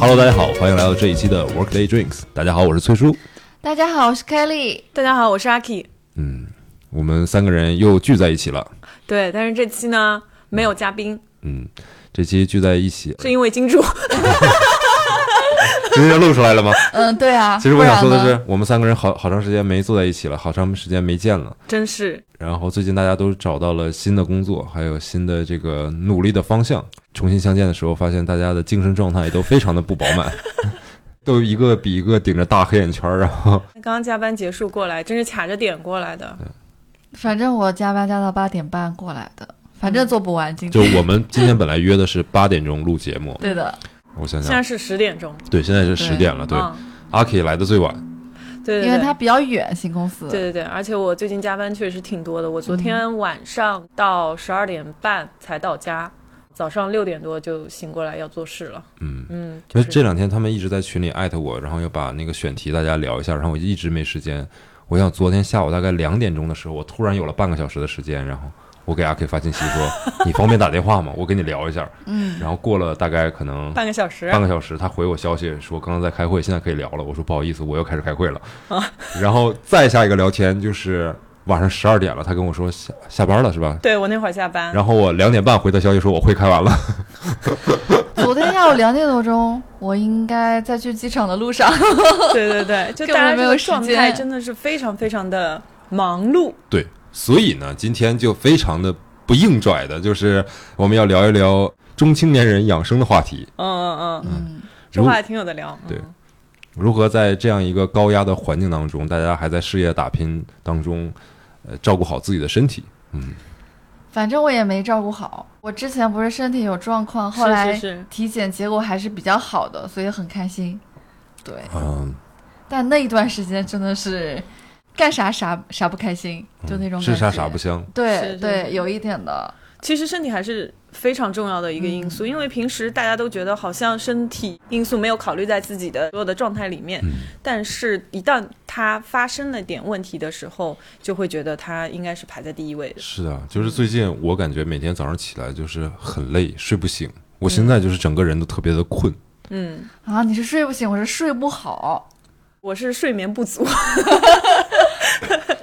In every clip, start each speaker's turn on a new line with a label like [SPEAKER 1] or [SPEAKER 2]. [SPEAKER 1] Hello，大家好，欢迎来到这一期的 Workday Drinks。大家好，我是崔叔。
[SPEAKER 2] 大家好，我是 Kelly。
[SPEAKER 3] 大家好，我是阿 K。
[SPEAKER 1] 我们三个人又聚在一起了。
[SPEAKER 3] 对，但是这期呢没有嘉宾，
[SPEAKER 1] 嗯，这期聚在一起，
[SPEAKER 3] 是因为金主。
[SPEAKER 1] 直接录出来了吗？
[SPEAKER 2] 嗯，对啊。
[SPEAKER 1] 其实我想说的
[SPEAKER 2] 不然呢，
[SPEAKER 1] 是，我们三个人好好长时间没坐在一起了，好长时间没见了。
[SPEAKER 3] 真是
[SPEAKER 1] 然后最近大家都找到了新的工作，还有新的这个努力的方向。重新相见的时候，发现大家的精神状态都非常的不饱满，都一个比一个顶着大黑眼圈儿。然后
[SPEAKER 3] 刚刚加班结束过来，真是卡着点过来的。
[SPEAKER 1] 嗯
[SPEAKER 2] 反正我加班加到八点半过来的，反正做不完今
[SPEAKER 1] 就
[SPEAKER 2] 天。
[SPEAKER 1] 我们今天本来约的是八点钟录节目，
[SPEAKER 2] 对的，
[SPEAKER 1] 我想
[SPEAKER 3] 现在
[SPEAKER 1] 想，
[SPEAKER 3] 是十点钟，
[SPEAKER 1] 对，现在是十点了，对。
[SPEAKER 3] 嗯、
[SPEAKER 1] 阿 K 来的最晚，
[SPEAKER 3] 对对对，
[SPEAKER 2] 因为它比较远，新公司。
[SPEAKER 3] 对对对，而且我最近加班确实挺多的，我昨天晚上到十二点半才到家，早上六点多就醒过来要做事了。
[SPEAKER 1] 嗯
[SPEAKER 3] 嗯，
[SPEAKER 1] 因
[SPEAKER 3] 就
[SPEAKER 1] 为
[SPEAKER 3] 是
[SPEAKER 1] 这两天他们一直在群里艾特我，然后要把那个选题大家聊一下，然后我一直没时间。我想昨天下午大概两点钟的时候，我突然有了半个小时的时间，然后我给阿 K 发信息说：“你方便打电话吗？我跟你聊一下。”嗯，然后过了大概可能
[SPEAKER 3] 半个小时
[SPEAKER 1] 半。个小时，他回我消息说刚刚在开会，现在可以聊了。我说不好意思，我又开始开会了。然后再下一个聊天就是晚上十二点了，他跟我说下下班了是吧？
[SPEAKER 3] 对我那会儿下班，
[SPEAKER 1] 然后我两点半回他消息说我会开完了。
[SPEAKER 2] 昨天下午两点多钟，我应该在去机场的路 上。
[SPEAKER 3] 对 对对，就
[SPEAKER 2] 根本
[SPEAKER 3] 大家
[SPEAKER 2] 没
[SPEAKER 3] 这
[SPEAKER 2] 有
[SPEAKER 3] 个
[SPEAKER 2] 时
[SPEAKER 3] 状
[SPEAKER 2] 间
[SPEAKER 3] 态真的是非常非常的忙碌。
[SPEAKER 1] 对，所以呢，今天就非常的不硬拽的，就是我们要聊一聊中青年人养生的话题，
[SPEAKER 3] 嗯嗯嗯，
[SPEAKER 2] 嗯，
[SPEAKER 3] 这话也挺有的聊。
[SPEAKER 1] 对
[SPEAKER 3] 嗯
[SPEAKER 1] 如何在这样一个高压的环境当中，大家还在事业打拼当中，呃，照顾好自己的身体。
[SPEAKER 2] 反正我也没照顾好。我之前不是身体有状况，后来
[SPEAKER 3] 是是
[SPEAKER 2] 体检结果还是比较好的，所以很开心。对，
[SPEAKER 1] 嗯，
[SPEAKER 2] 但那一段时间真的是干啥啥啥不开心，就那种
[SPEAKER 1] 嗯是啥
[SPEAKER 2] 感觉
[SPEAKER 1] 啥不香。
[SPEAKER 2] 对
[SPEAKER 3] 是是
[SPEAKER 2] 对，
[SPEAKER 3] 是
[SPEAKER 2] 有一点的。
[SPEAKER 3] 其实身体还是非常重要的一个因
[SPEAKER 1] 嗯
[SPEAKER 3] 素，因为平时大家都觉得好像身体因素没有考虑在自己的所有的状态里面，
[SPEAKER 1] 嗯
[SPEAKER 3] 但是一旦它发生了点问题的时候，就会觉得它应该是排在第一位的。
[SPEAKER 1] 是啊，就是最近我感觉每天早上起来就是很累，睡不醒。我现在就是整个人都特别的困，
[SPEAKER 3] 嗯，
[SPEAKER 2] 啊，你是睡不醒，我是睡不好，
[SPEAKER 3] 我是睡眠不足，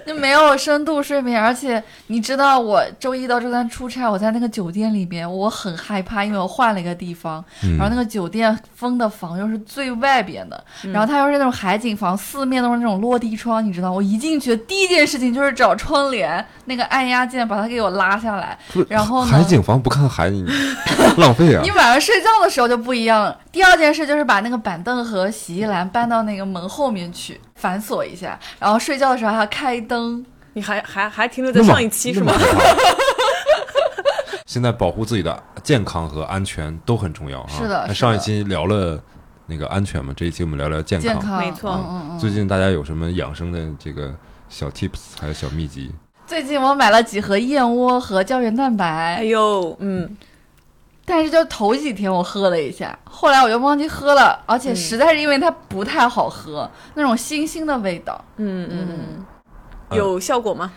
[SPEAKER 2] 就没有深度睡眠。而且你知道，我周一到周三出差，我在那个酒店里面，我很害怕，因为我换了一个地方，然后那个酒店封的房又是最外边的，然后它又是那种海景房，四面都是那种落地窗，你知道，我一进去第一件事情就是找窗帘那个按压键，把它给我拉下来。然后呢
[SPEAKER 1] 海景房不看海，你 浪费啊
[SPEAKER 2] 你！晚上睡觉的时候就不一样了。第二件事就是把那个板凳和洗衣篮搬到那个门后面去，反锁一下。然后睡觉的时候还要开灯，
[SPEAKER 3] 你还还还停留 在
[SPEAKER 1] 那么
[SPEAKER 3] 上一期是
[SPEAKER 1] 那么
[SPEAKER 3] 吗？
[SPEAKER 1] 害 怕现在保护自己的健康和安全都很重要啊。
[SPEAKER 2] 是的是
[SPEAKER 1] 那
[SPEAKER 2] 的
[SPEAKER 1] 上一期聊了那个安全嘛，这一期我们聊聊健
[SPEAKER 2] 健康。
[SPEAKER 3] 没错
[SPEAKER 2] 嗯嗯嗯。
[SPEAKER 1] 最近大家有什么养生的这个小 tips 还有小秘籍？
[SPEAKER 2] 最近我买了几盒燕窝和胶原蛋
[SPEAKER 3] 哎
[SPEAKER 2] 白，
[SPEAKER 3] 呦，嗯，
[SPEAKER 2] 但是就头几天我喝了一下，后来我就忘记喝了，而
[SPEAKER 3] 嗯
[SPEAKER 2] 且实在是因为它不太好喝，那种腥腥的味道。
[SPEAKER 3] 嗯嗯
[SPEAKER 2] 嗯
[SPEAKER 1] 嗯
[SPEAKER 3] 有效果吗？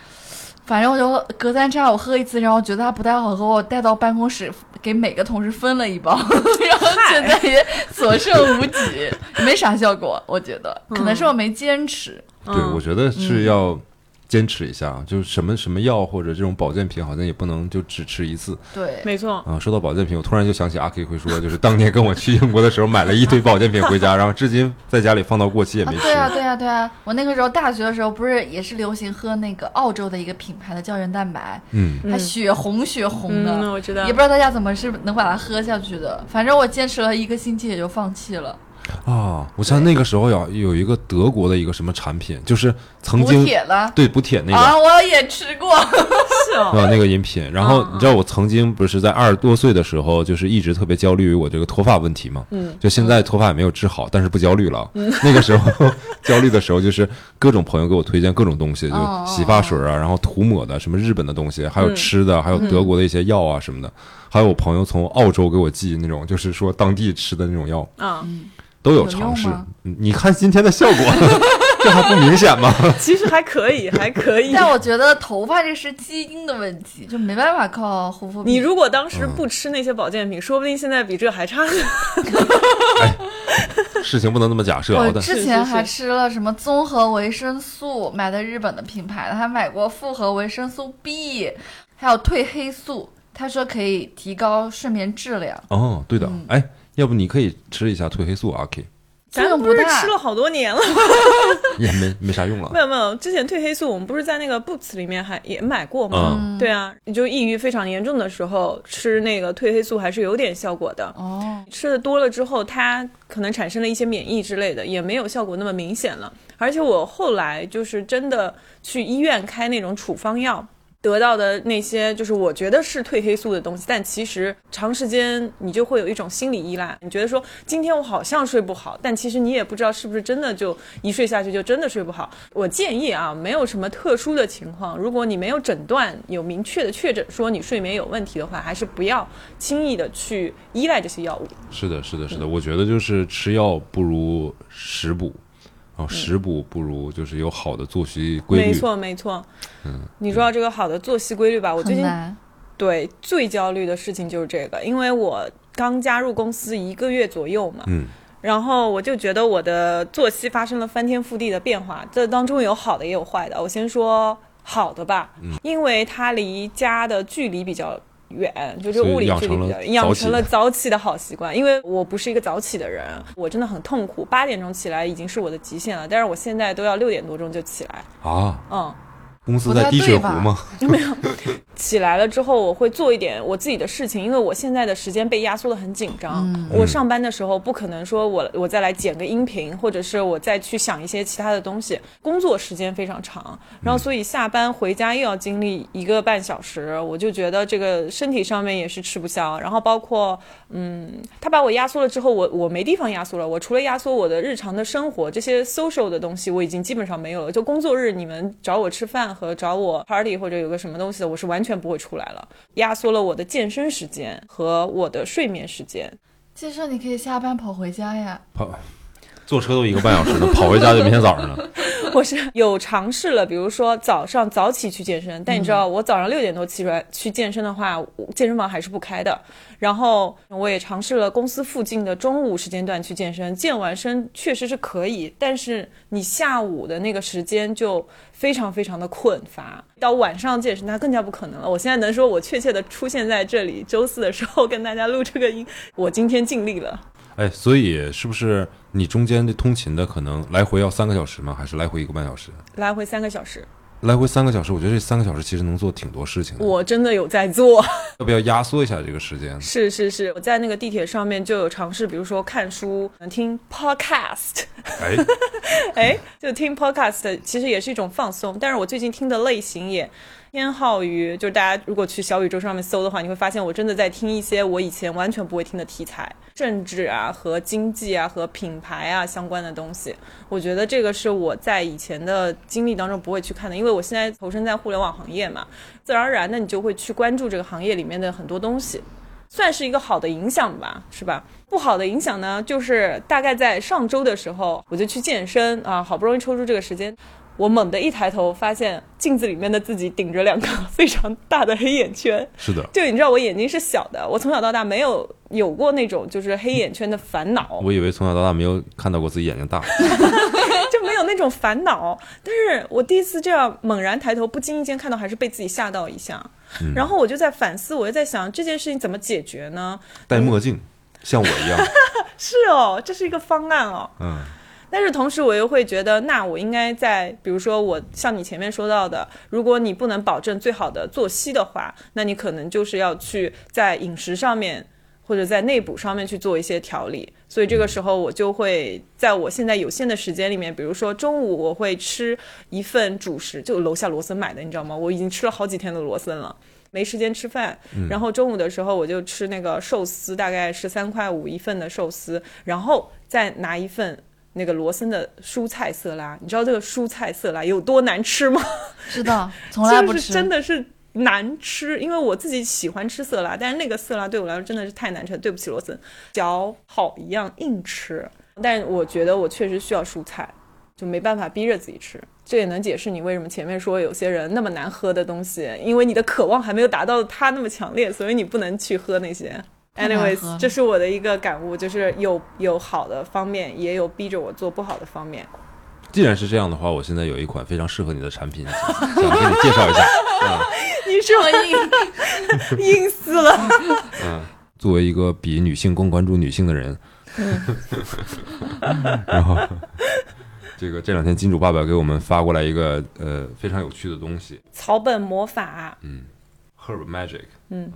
[SPEAKER 2] 反正我就隔三差五喝一次，然后觉得它不太好喝，我带到办公室给每个同事分了一包， 然后现在也所剩无几，没啥效果，我觉得可能是我没坚持。
[SPEAKER 1] 对，
[SPEAKER 3] 嗯
[SPEAKER 1] 我觉得是
[SPEAKER 2] 嗯
[SPEAKER 1] 要坚持一下，就是什么什么药或者这种保健品，好像也不能就只吃一次
[SPEAKER 2] 对，
[SPEAKER 3] 没错，
[SPEAKER 1] 啊。说到保健品，我突然就想起阿 K 会说，就是当年跟我去英国的时候买了一堆保健品回家，然后至今在家里放到过期也
[SPEAKER 2] 啊
[SPEAKER 1] 没，吃。
[SPEAKER 2] 对啊，对啊，对啊！我那个时候大学的时候，不是也是流行喝那个澳洲的一个品牌的胶原蛋白，
[SPEAKER 1] 嗯，
[SPEAKER 2] 还血红血红的，
[SPEAKER 3] 嗯，我知道
[SPEAKER 2] 也不。知道大家怎么是能把它喝下去的。反正我坚持了一个星期，也就放弃了。
[SPEAKER 1] 啊，我像那个时候有有一个德国的一个什么产品，就是曾
[SPEAKER 2] 补
[SPEAKER 1] 经
[SPEAKER 2] 铁了、
[SPEAKER 1] 对补铁那个。
[SPEAKER 2] 啊，我也吃过。
[SPEAKER 3] 是哦，
[SPEAKER 1] 啊，那个饮品。然
[SPEAKER 2] 哦
[SPEAKER 1] 后你知道我曾经不是在二十多岁的时候，就是一直特别焦虑于我这个脱发问题嘛。
[SPEAKER 3] 嗯，
[SPEAKER 1] 就现在脱发也没有治好，但是不焦虑了。
[SPEAKER 2] 嗯
[SPEAKER 1] 那个时候 焦虑的时候，就是各种朋友给我推荐各种东西，
[SPEAKER 2] 哦嗯
[SPEAKER 1] 就洗发水啊，然后涂抹的，什么日本的东西，还有吃的，还有德国的一些药啊什么的，还有我朋友从澳洲给我寄那种，就是说当地吃的那种药。
[SPEAKER 3] 啊，
[SPEAKER 1] 都有
[SPEAKER 2] 有
[SPEAKER 1] 尝
[SPEAKER 2] 用
[SPEAKER 1] 试
[SPEAKER 2] 吗，
[SPEAKER 1] 嗯你看今天的效果， 这还不明显吗？
[SPEAKER 3] 其实还可以，还可以。
[SPEAKER 2] 但我觉得头发这是基因的问题，就没办法靠护肤品。
[SPEAKER 3] 你如果当
[SPEAKER 1] 嗯
[SPEAKER 3] 时不吃那些保健品，说不定现在比这还差呢。
[SPEAKER 1] 事情不能这么假设
[SPEAKER 2] 我
[SPEAKER 1] 啊。但
[SPEAKER 2] 之前还吃了什么综合维生素，买的日本的品牌的，还买过复合维生素 B，还有褪黑素。他说可以提高睡眠质量，
[SPEAKER 1] 哦，对
[SPEAKER 2] 嗯
[SPEAKER 1] 的，哎，要不你可以吃一下褪黑素阿 K，
[SPEAKER 2] 作
[SPEAKER 3] 咱
[SPEAKER 2] 用
[SPEAKER 3] 不
[SPEAKER 2] 不
[SPEAKER 3] 是
[SPEAKER 2] 大
[SPEAKER 3] 吃。了好多年了，
[SPEAKER 1] 也没没啥用了
[SPEAKER 3] 没。有没有，之前褪黑素我们不是在那个 Boots 里面还也买过吗？
[SPEAKER 1] 嗯，
[SPEAKER 3] 对啊，你就抑郁非常严重的时候吃那个褪黑素还是有点效果的。
[SPEAKER 2] 哦，
[SPEAKER 3] 吃的多了之后，它可能产生了一些免疫之类的，也没有效果那么明显了。而且我后来就是真的去医院开那种处方药，得到的那些就是我觉得是褪黑素的东西，但其实长时间你就会有一种心理依赖，你觉得说今天我好像睡不好，但其实你也不知道是不是真的就一睡下去就真的睡不好。我建议啊，没有什么特殊的情况，如果你没有诊断有明确的确诊说你睡眠有问题的话，还是不要轻易的去依赖这些药物。
[SPEAKER 1] 是的，是的，是的，我觉得就是吃药不如食补，然
[SPEAKER 2] 嗯
[SPEAKER 1] 后食补不如就是有好的作息规律。
[SPEAKER 3] 没错，没错。你说到这个好的作息规律吧，我最
[SPEAKER 2] 很
[SPEAKER 3] 近
[SPEAKER 2] 难。
[SPEAKER 3] 对最焦虑的事情就是这个，因为我刚加入公司一个月左右嘛，
[SPEAKER 1] 嗯，
[SPEAKER 3] 然后我就觉得我的作息发生了翻天覆地的变化，这当中有好的也有坏的。我先说好的吧，
[SPEAKER 1] 嗯
[SPEAKER 3] 因为它离家的距离比较。远就是物理距
[SPEAKER 1] 所
[SPEAKER 3] 离比较
[SPEAKER 1] 以
[SPEAKER 3] 远，
[SPEAKER 1] 养
[SPEAKER 3] 养
[SPEAKER 1] 成
[SPEAKER 3] 成
[SPEAKER 1] 了
[SPEAKER 3] 了早起的好习惯。因为我不是一个早起的人，我真的很痛苦。八点钟起来已经是我的极限了，但是我现在都要六点多钟就起来。
[SPEAKER 1] 啊，
[SPEAKER 3] 嗯，
[SPEAKER 1] 公司
[SPEAKER 2] 不
[SPEAKER 1] 在
[SPEAKER 2] 太
[SPEAKER 1] 滴
[SPEAKER 2] 对
[SPEAKER 1] 血湖
[SPEAKER 2] 吧
[SPEAKER 1] 吗？
[SPEAKER 3] 起来了之后，我会做一点我自己的事情，因为我现在的时间被压缩的很紧张。我上班的时候不可能说我我再来剪个音频，或者是我再去想一些其他的东西。工作时间非常长，然后所以下班回家又要经历一个半小时，我就觉得这个身体上面也是吃不消。然后包括嗯，他把我压缩了之后，我我没地方压缩了。我除了压缩我的日常的生活这些 social 的东西，我已经基本上没有了。就工作日你们找我吃饭和找我 party 或者有个什么东西的，我是完全不会出来了。压缩了我的健身时间和我的睡眠时间。
[SPEAKER 2] 介绍你可以下班跑回家呀。
[SPEAKER 1] 跑，坐车都一个半小时呢，跑回家就明天早上了。
[SPEAKER 3] 我是有尝试了，比如说早上早起去健身，但你知道我早上六点多起来去健身的话，我健身房还是不开的。然后我也尝试了公司附近的中午时间段去健身，健完身确实是可以，但是你下午的那个时间就非常非常的困乏，到晚上健身那更加不可能了。我现在能说我确切的出现在这里，周四的时候跟大家录这个音，我今天尽力了。
[SPEAKER 1] 哎，所以是不是你中间这通勤的可能来回要三个小时吗？还是来回一个半小时？
[SPEAKER 3] 来回三个小时，
[SPEAKER 1] 来回三个小时，我觉得这三个小时其实能做挺多事情的。
[SPEAKER 3] 我真的有在做。
[SPEAKER 1] 要不要压缩一下这个时间？
[SPEAKER 3] 是是是，我在那个地铁上面就有尝试，比如说看书、听 podcast，
[SPEAKER 1] 哎，
[SPEAKER 3] 哎，就听 podcast，其实也是一种放松。但是我最近听的类型也偏好于，就是大家如果去小宇宙上面搜的话，你会发现我真的在听一些我以前完全不会听的题材，政治啊和经济啊和品牌啊相关的东西。我觉得这个是我在以前的经历当中不会去看的，因为我现在投身在互联网行业嘛，自然而然的你就会去关注这个行业里面的很多东西。算是一个好的影响吧，是吧？不好的影响呢，就是大概在上周的时候，我就去健身啊，好不容易抽出这个时间，我猛地一抬头，发现镜子里面的自己顶着两个非常大的黑眼圈。
[SPEAKER 1] 是的，
[SPEAKER 3] 就你知道，我眼睛是小的，我从小到大没有有过那种就是黑眼圈的烦恼，
[SPEAKER 1] 我以为从小到大没有看到过自己眼睛大。
[SPEAKER 3] 就没有那种烦恼。但是我第一次这样猛然抬头，不经意间看到，还是被自己吓到一下。然后我就在反思，我就在想这件事情怎么解决呢？
[SPEAKER 1] 戴墨镜，像我一样。
[SPEAKER 3] 是哦，这是一个方案哦。
[SPEAKER 1] 嗯，
[SPEAKER 3] 但是同时我又会觉得，那我应该在，比如说我像你前面说到的，如果你不能保证最好的作息的话，那你可能就是要去在饮食上面或者在内补上面去做一些调理。所以这个时候我就会在我现在有限的时间里面，比如说中午我会吃一份主食，就楼下罗森买的，你知道吗？我已经吃了好几天的罗森了。没时间吃饭，然后中午的时候我就吃那个寿司，大概十三块五一份的寿司，然后再拿一份那个罗森的蔬菜色拉，你知道这个蔬菜色拉有多难吃吗？
[SPEAKER 2] 知道，从来不
[SPEAKER 3] 就
[SPEAKER 2] 吃。
[SPEAKER 3] 是真的是难吃，因为我自己喜欢吃色拉，但是那个色拉对我来说真的是太难吃了，对不起罗森，嚼好一样硬吃。但我觉得我确实需要蔬菜，就没办法逼着自己吃。这也能解释你为什么前面说有些人那么难喝的东西，因为你的渴望还没有达到他那么强烈，所以你不能去喝那些。
[SPEAKER 2] 太难喝
[SPEAKER 3] Anyways，
[SPEAKER 2] 了
[SPEAKER 3] 这是我的一个感悟，就是有有好的方面，也有逼着我做不好的方面。
[SPEAKER 1] 既然是这样的话，我现在有一款非常适合你的产品，想给你介绍一下。啊，
[SPEAKER 3] 你是
[SPEAKER 2] 我硬
[SPEAKER 3] 硬死了。
[SPEAKER 1] 嗯，作为一个比女性更关注女性的人， 然后这个这两天金主爸爸给我们发过来一个呃非常有趣的东西，
[SPEAKER 3] 草本魔法，
[SPEAKER 1] 嗯，Herb Magic，
[SPEAKER 3] 嗯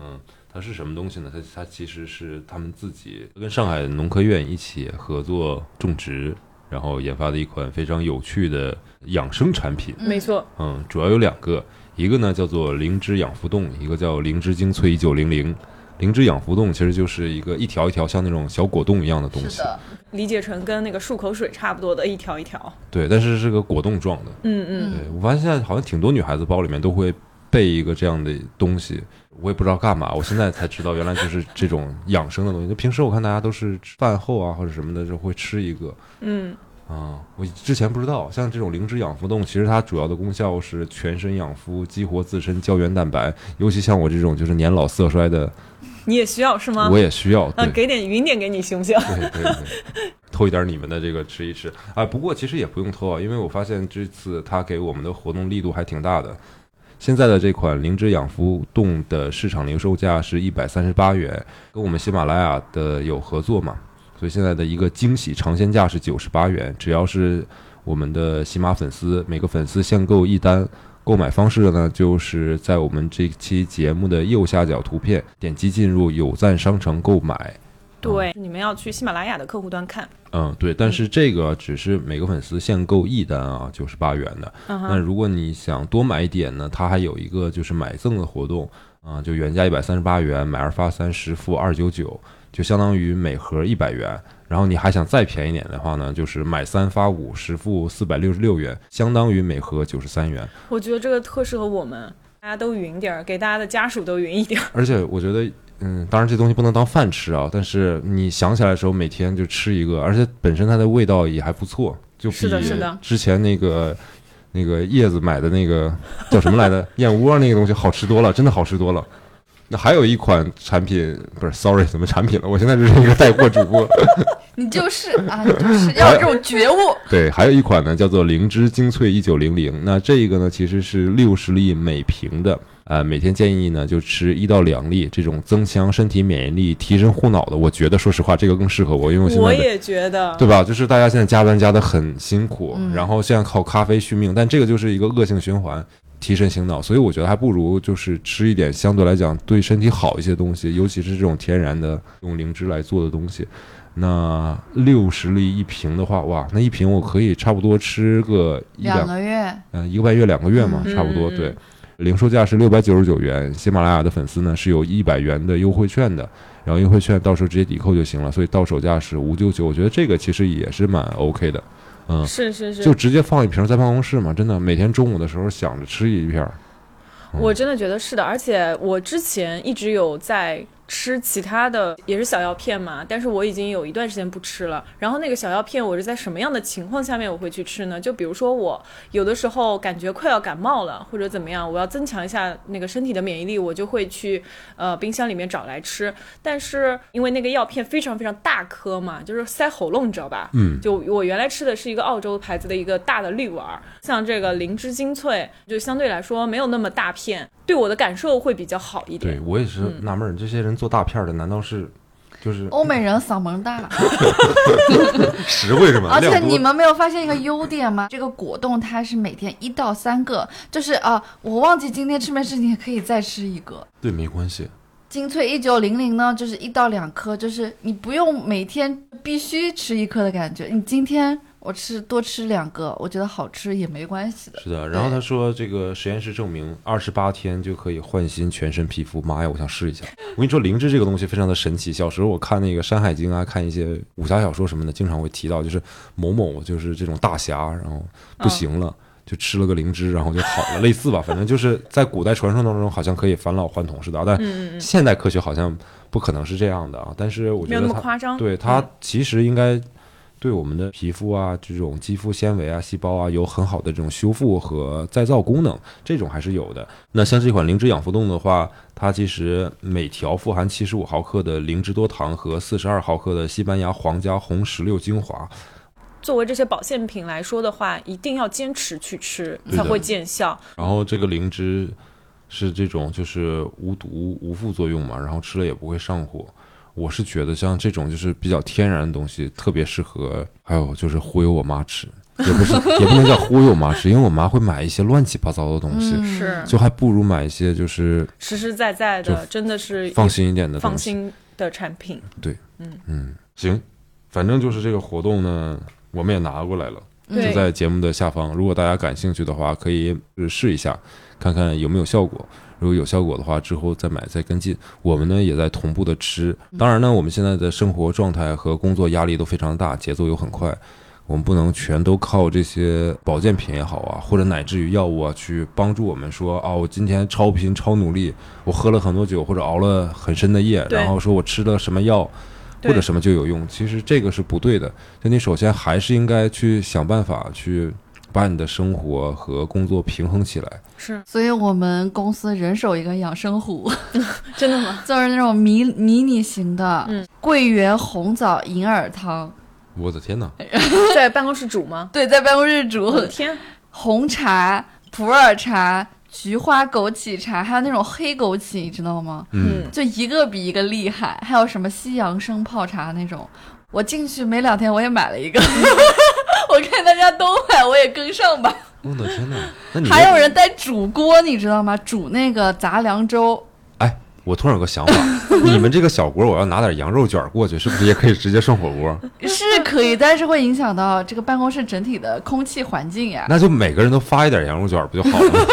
[SPEAKER 1] 它是什么东西呢？它它其实是他们自己跟上海农科院一起合作种植，然后研发的一款非常有趣的养生产品。
[SPEAKER 2] 嗯
[SPEAKER 3] 没错，
[SPEAKER 1] 嗯，主要有两个，一个呢叫做灵芝养肤冻，一个叫灵芝精粹一九零零。灵芝养肤冻其实就是一个一条一条像那种小果冻一样的东
[SPEAKER 2] 是
[SPEAKER 1] 西，
[SPEAKER 2] 的，
[SPEAKER 3] 理解成跟那个漱口水差不多的一条一条。
[SPEAKER 1] 对，但是是个果冻状的。
[SPEAKER 3] 嗯嗯，
[SPEAKER 1] 对我发现现在好像挺多女孩子包里面都会备一个这样的东西，我也不知道干嘛。我现在才知道，原来就是这种养生的东西。就平时我看大家都是吃饭后啊或者什么的就会吃一个，
[SPEAKER 3] 嗯，
[SPEAKER 1] 啊、我之前不知道，像这种灵芝养肤冻，其实它主要的功效是全身养肤、激活自身胶原蛋白，尤其像我这种就是年老色衰的，
[SPEAKER 3] 你也需要是吗？
[SPEAKER 1] 我也需要。对
[SPEAKER 3] 嗯，给点匀点给你行不行？
[SPEAKER 1] 对 对对，偷一点你们的这个吃一吃啊。不过其实也不用偷啊，因为我发现这次他给我们的活动力度还挺大的。现在的这款灵芝养肤冻的市场零售价是一百三十八元，跟我们喜马拉雅的有合作嘛，所以现在的一个惊喜尝鲜价是九十八元。只要是我们的喜马粉丝，每个粉丝限购一单。购买方式呢，就是在我们这期节目的右下角图片点击进入有赞商城购买，
[SPEAKER 3] 对，你们要去喜马拉雅的客户端看。
[SPEAKER 1] 嗯，对，但是这个只是每个粉丝限购一单啊，九十八元的。
[SPEAKER 3] 嗯
[SPEAKER 1] 那
[SPEAKER 3] 哼，
[SPEAKER 1] 如果你想多买一点呢，它还有一个就是买赠的活动啊、就原价一百三十八元，买二发三，十付二九九，就相当于每盒一百元。然后你还想再便宜一点的话呢，就是买三发五，十付四百六十六元，相当于每盒九十三元。
[SPEAKER 3] 我觉得这个特适合我们，大家都匀点儿，给大家的家属都匀一点儿。
[SPEAKER 1] 而且我觉得，嗯，当然这东西不能当饭吃啊，但是你想起来的时候，每天就吃一个，而且本身它的味道也还不错，就比
[SPEAKER 3] 是的是的
[SPEAKER 1] 之前那个那个叶子买的那个叫什么来着燕窝那个东西好吃多了，真的好吃多了。那还有一款产品，不是，sorry，什么产品了？我现在就是一个带货主播。
[SPEAKER 2] 你就是啊，你 就是要有这种觉悟。
[SPEAKER 1] 对，还有一款呢，叫做灵芝精粹一九零零。那这个呢，其实是六十粒每瓶的，呃，每天建议呢就吃一到两粒，这种增强身体免疫力、提神护脑的，我觉得说实话，这个更适合我，因为我现
[SPEAKER 3] 我
[SPEAKER 1] 在的。
[SPEAKER 3] 也觉得，
[SPEAKER 1] 对吧？就是大家现在加班加的很辛苦，
[SPEAKER 2] 嗯
[SPEAKER 1] 然后现在靠咖啡续命，但这个就是一个恶性循环，提神醒脑。所以我觉得还不如就是吃一点相对来讲对身体好一些东西，尤其是这种天然的用灵芝来做的东西。那六十粒一瓶的话，哇，那一瓶我可以差不多吃个一两
[SPEAKER 2] 两个月，
[SPEAKER 1] 嗯，一个半月、两个月嘛，
[SPEAKER 3] 嗯
[SPEAKER 1] 差不多。
[SPEAKER 3] 嗯
[SPEAKER 1] 对，零售价是六百九十九元，喜马拉雅的粉丝呢是有一百元的优惠券的，然后优惠券到时候直接抵扣就行了，所以到手价是五九九。我觉得这个其实也是蛮 OK 的，嗯，
[SPEAKER 3] 是是是
[SPEAKER 1] 就，直接放一瓶在办公室嘛，真的，每天中午的时候想着吃一片儿。
[SPEAKER 3] 我真的觉得是的，而且我之前一直有在吃其他的，也是小药片嘛，但是我已经有一段时间不吃了。然后那个小药片，我是在什么样的情况下面我会去吃呢？就比如说我有的时候感觉快要感冒了，或者怎么样，我要增强一下那个身体的免疫力，我就会去呃冰箱里面找来吃。但是因为那个药片非常非常大颗嘛，就是塞喉咙，你知道吧？
[SPEAKER 1] 嗯，
[SPEAKER 3] 就我原来吃的是一个澳洲牌子的一个大的绿丸儿，像这个灵芝精粹，就相对来说没有那么大片，对我的感受会比较好一
[SPEAKER 1] 对
[SPEAKER 3] 点。
[SPEAKER 1] 我也是纳闷儿，这些人做大片儿的难道是就是
[SPEAKER 3] 哦
[SPEAKER 2] 欧美人嗓门大，
[SPEAKER 1] 实惠是吗
[SPEAKER 2] 而且啊你们没有发现一个优点吗？这个果冻它是每天一到三个，就是啊，我忘记今天吃没吃，你也可以再吃一个。
[SPEAKER 1] 对没关系，
[SPEAKER 2] 精粹一九零零呢，就是一到两颗，就是你不用每天必须吃一颗的感觉。你今天我吃多吃两个，我觉得好吃也没关系的。
[SPEAKER 1] 是的。然后他说，这个实验室证明，二十八天就可以换新全身皮肤。妈呀，我想试一下。我跟你说，灵芝这个东西非常的神奇。小时候我看那个《山海经》啊，看一些武侠小说什么的，经常会提到，就是某某就是这种大侠，然后不行了。就吃了个灵芝，然后就好了，类似吧，反正就是在古代传说当中，好像可以返老还童似的啊，
[SPEAKER 3] 嗯
[SPEAKER 1] 但现代科学好像不可能是这样的啊。但是我觉
[SPEAKER 3] 没有
[SPEAKER 1] 得
[SPEAKER 3] 那么
[SPEAKER 1] 它
[SPEAKER 3] 夸张
[SPEAKER 1] 对它
[SPEAKER 3] 嗯
[SPEAKER 1] 其实应该对我们的皮肤啊、这种肌肤纤维啊、细胞啊有很好的这种修复和再造功能，这种还是有的。那像这款灵芝养肤冻的话，它其实每条富含七十五毫克的灵芝多糖和四十二毫克的西班牙皇家红石榴精华，
[SPEAKER 3] 作为这些保健品来说的话，一定要坚持去吃
[SPEAKER 1] 对
[SPEAKER 3] 才
[SPEAKER 1] 的
[SPEAKER 3] 会见效。
[SPEAKER 1] 然后这个灵芝是这种就是无毒无副作用嘛，然后吃了也不会上火。我是觉得像这种就是比较天然的东西特别适合，还有就是忽悠我妈 吃，也不是也不能叫忽悠我妈吃， 因为我妈会买一些乱七八糟的东西，
[SPEAKER 2] 嗯
[SPEAKER 3] 是
[SPEAKER 1] 就还不如买一些就是
[SPEAKER 3] 实实在在的，
[SPEAKER 1] 就
[SPEAKER 3] 真的是
[SPEAKER 1] 放心一点的
[SPEAKER 3] 放
[SPEAKER 1] 东西。
[SPEAKER 3] 心的产品。
[SPEAKER 1] 行，反正就是这个活动呢，我们也拿过来了。
[SPEAKER 2] 嗯
[SPEAKER 3] 对
[SPEAKER 1] 就在节目的下方。如果大家感兴趣的话，可以呃试一下，看看有没有效果。如果有效果的话，之后再买再跟进。我们呢也在同步的吃。
[SPEAKER 3] 嗯
[SPEAKER 1] 当然呢，我们现在的生活状态和工作压力都非常大，节奏又很快，我们不能全都靠这些保健品也好啊，或者乃至于药物啊，去帮助我们说啊，我今天超拼超努力，我喝了很多酒或者熬了很深的夜，
[SPEAKER 3] 对
[SPEAKER 1] 然后说我吃了什么药。或者
[SPEAKER 3] 对
[SPEAKER 1] 什么就有用，其实这个是不对的。就你首先还是应该去想办法去把你的生活和工作平衡起来。
[SPEAKER 3] 是
[SPEAKER 2] 所以我们公司人手一个养生 壶，
[SPEAKER 3] 真的 吗？
[SPEAKER 2] 就是那种迷迷你型的，
[SPEAKER 3] 嗯
[SPEAKER 2] 桂圆红枣银耳汤。
[SPEAKER 1] 我的天哪！
[SPEAKER 2] 哎
[SPEAKER 3] 在办公室煮吗？
[SPEAKER 2] 对，在办公室
[SPEAKER 3] 我 的
[SPEAKER 2] 煮
[SPEAKER 3] 天，
[SPEAKER 2] 红茶、普洱茶、菊花枸杞茶，还有那种黑枸杞，你知道吗？
[SPEAKER 1] 嗯，
[SPEAKER 3] 嗯，
[SPEAKER 2] 就一个比一个厉害。还有什么西洋参泡茶那种，我进去没两天我也买了一个， 我看大家都买，我也跟上吧。
[SPEAKER 1] 我的天哪！那你
[SPEAKER 2] 嗯还有人带煮锅，你知道吗？煮那个杂粮粥，
[SPEAKER 1] 哎，我突然有个想法， 你们这个小锅，我要拿点羊肉卷过去，是不是也可以直接涮火锅？
[SPEAKER 2] 是可以，但是会影响到这个办公室整体的空气环境呀。
[SPEAKER 1] 那就每个人都发一点羊肉卷不就好了吗？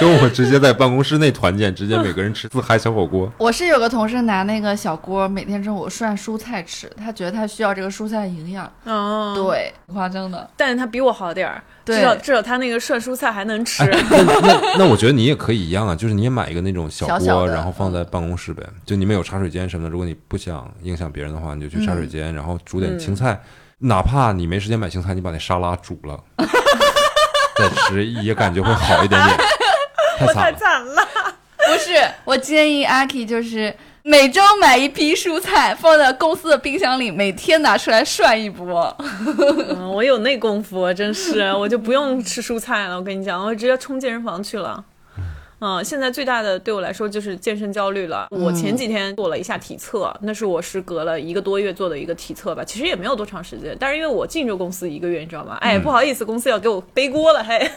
[SPEAKER 1] 跟我直接在办公室内团建，直接每个人吃自嗨小火锅。
[SPEAKER 2] 我是有个同事拿那个小锅，每天中午涮蔬菜吃，他觉得他需要这个蔬菜营养，
[SPEAKER 3] 哦，，
[SPEAKER 2] 对，挺夸张的。
[SPEAKER 3] 但是他比我好点儿，
[SPEAKER 2] 对
[SPEAKER 3] 至少至少他那个涮蔬菜还能 吃。
[SPEAKER 1] 那 那那我觉得你也可以一样啊，就是你也买一个那种小锅，
[SPEAKER 2] 小小的
[SPEAKER 1] 然后
[SPEAKER 3] 嗯
[SPEAKER 1] 放在办公室呗。就你们有茶水间什么的，如果你不想影响别人的话，你就去茶水
[SPEAKER 3] 嗯
[SPEAKER 1] 间，然后煮点青菜，哪怕你没时间买青菜，你把那沙拉煮 了，再吃也感觉会好一点 点。太
[SPEAKER 3] 太
[SPEAKER 1] 惨了，
[SPEAKER 3] 惨了，
[SPEAKER 2] 不是，我建议阿 K 就是每周买一批蔬菜，放在公司的冰箱里，每天拿出来涮一波。
[SPEAKER 3] 嗯，我有那功夫，真 是，我就不用吃蔬菜了。我跟你讲，我直接冲健身房去了。嗯，现在最大的对我来说就是健身焦虑了。
[SPEAKER 1] 嗯
[SPEAKER 3] 我前几天做了一下体测，那是我时隔了一个多月做的一个体测吧，其实也没有多长时间。但是因为我进入公司一个月，你知道吗？
[SPEAKER 1] 嗯
[SPEAKER 3] 哎，不好意思，公司要给我背锅了，嘿。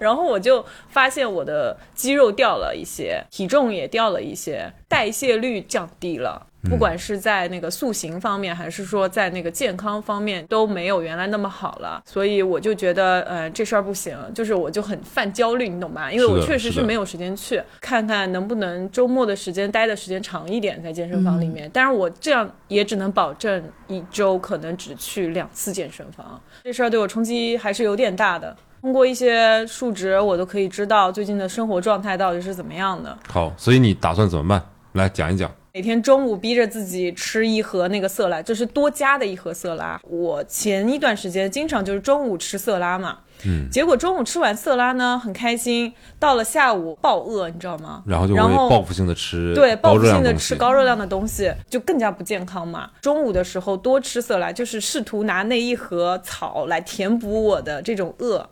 [SPEAKER 3] 然后我就发现我的肌肉掉了一些，体重也掉了一些，代谢率降低了。
[SPEAKER 1] 嗯
[SPEAKER 3] 不管是在那个塑形方面，还是说在那个健康方面，都没有原来那么好了。所以我就觉得，呃，这事儿不行，就是我就很犯焦虑，你懂吗？因为
[SPEAKER 1] 是的
[SPEAKER 3] 我确实
[SPEAKER 1] 是
[SPEAKER 3] 是
[SPEAKER 1] 的
[SPEAKER 3] 没有时间去，看看能不能周末的时间待的时间长一点在健身
[SPEAKER 1] 嗯
[SPEAKER 3] 房里面。但是我这样也只能保证一周可能只去两次健身房，这事儿对我冲击还是有点大的。通过一些数值，我都可以知道最近的生活状态到底是怎么样的。
[SPEAKER 1] 好，所以你打算怎么办？来讲一讲。
[SPEAKER 3] 每天中午逼着自己吃一盒那个色拉，这是多加的一盒色拉。我前一段时间经常就是中午吃色拉嘛，嗯，结果中午吃完色拉呢，很开心，到了下午暴饿，你知道吗？
[SPEAKER 1] 然后就会
[SPEAKER 3] 然后
[SPEAKER 1] 报复性的吃
[SPEAKER 3] 对，
[SPEAKER 1] 高
[SPEAKER 3] 报复
[SPEAKER 1] 热量
[SPEAKER 3] 性
[SPEAKER 1] 东
[SPEAKER 3] 的
[SPEAKER 1] 西，
[SPEAKER 3] 吃高热量的东西就更加不健康嘛。中午的时候多吃色拉，就是试图拿那一盒草来填补我的这种饿。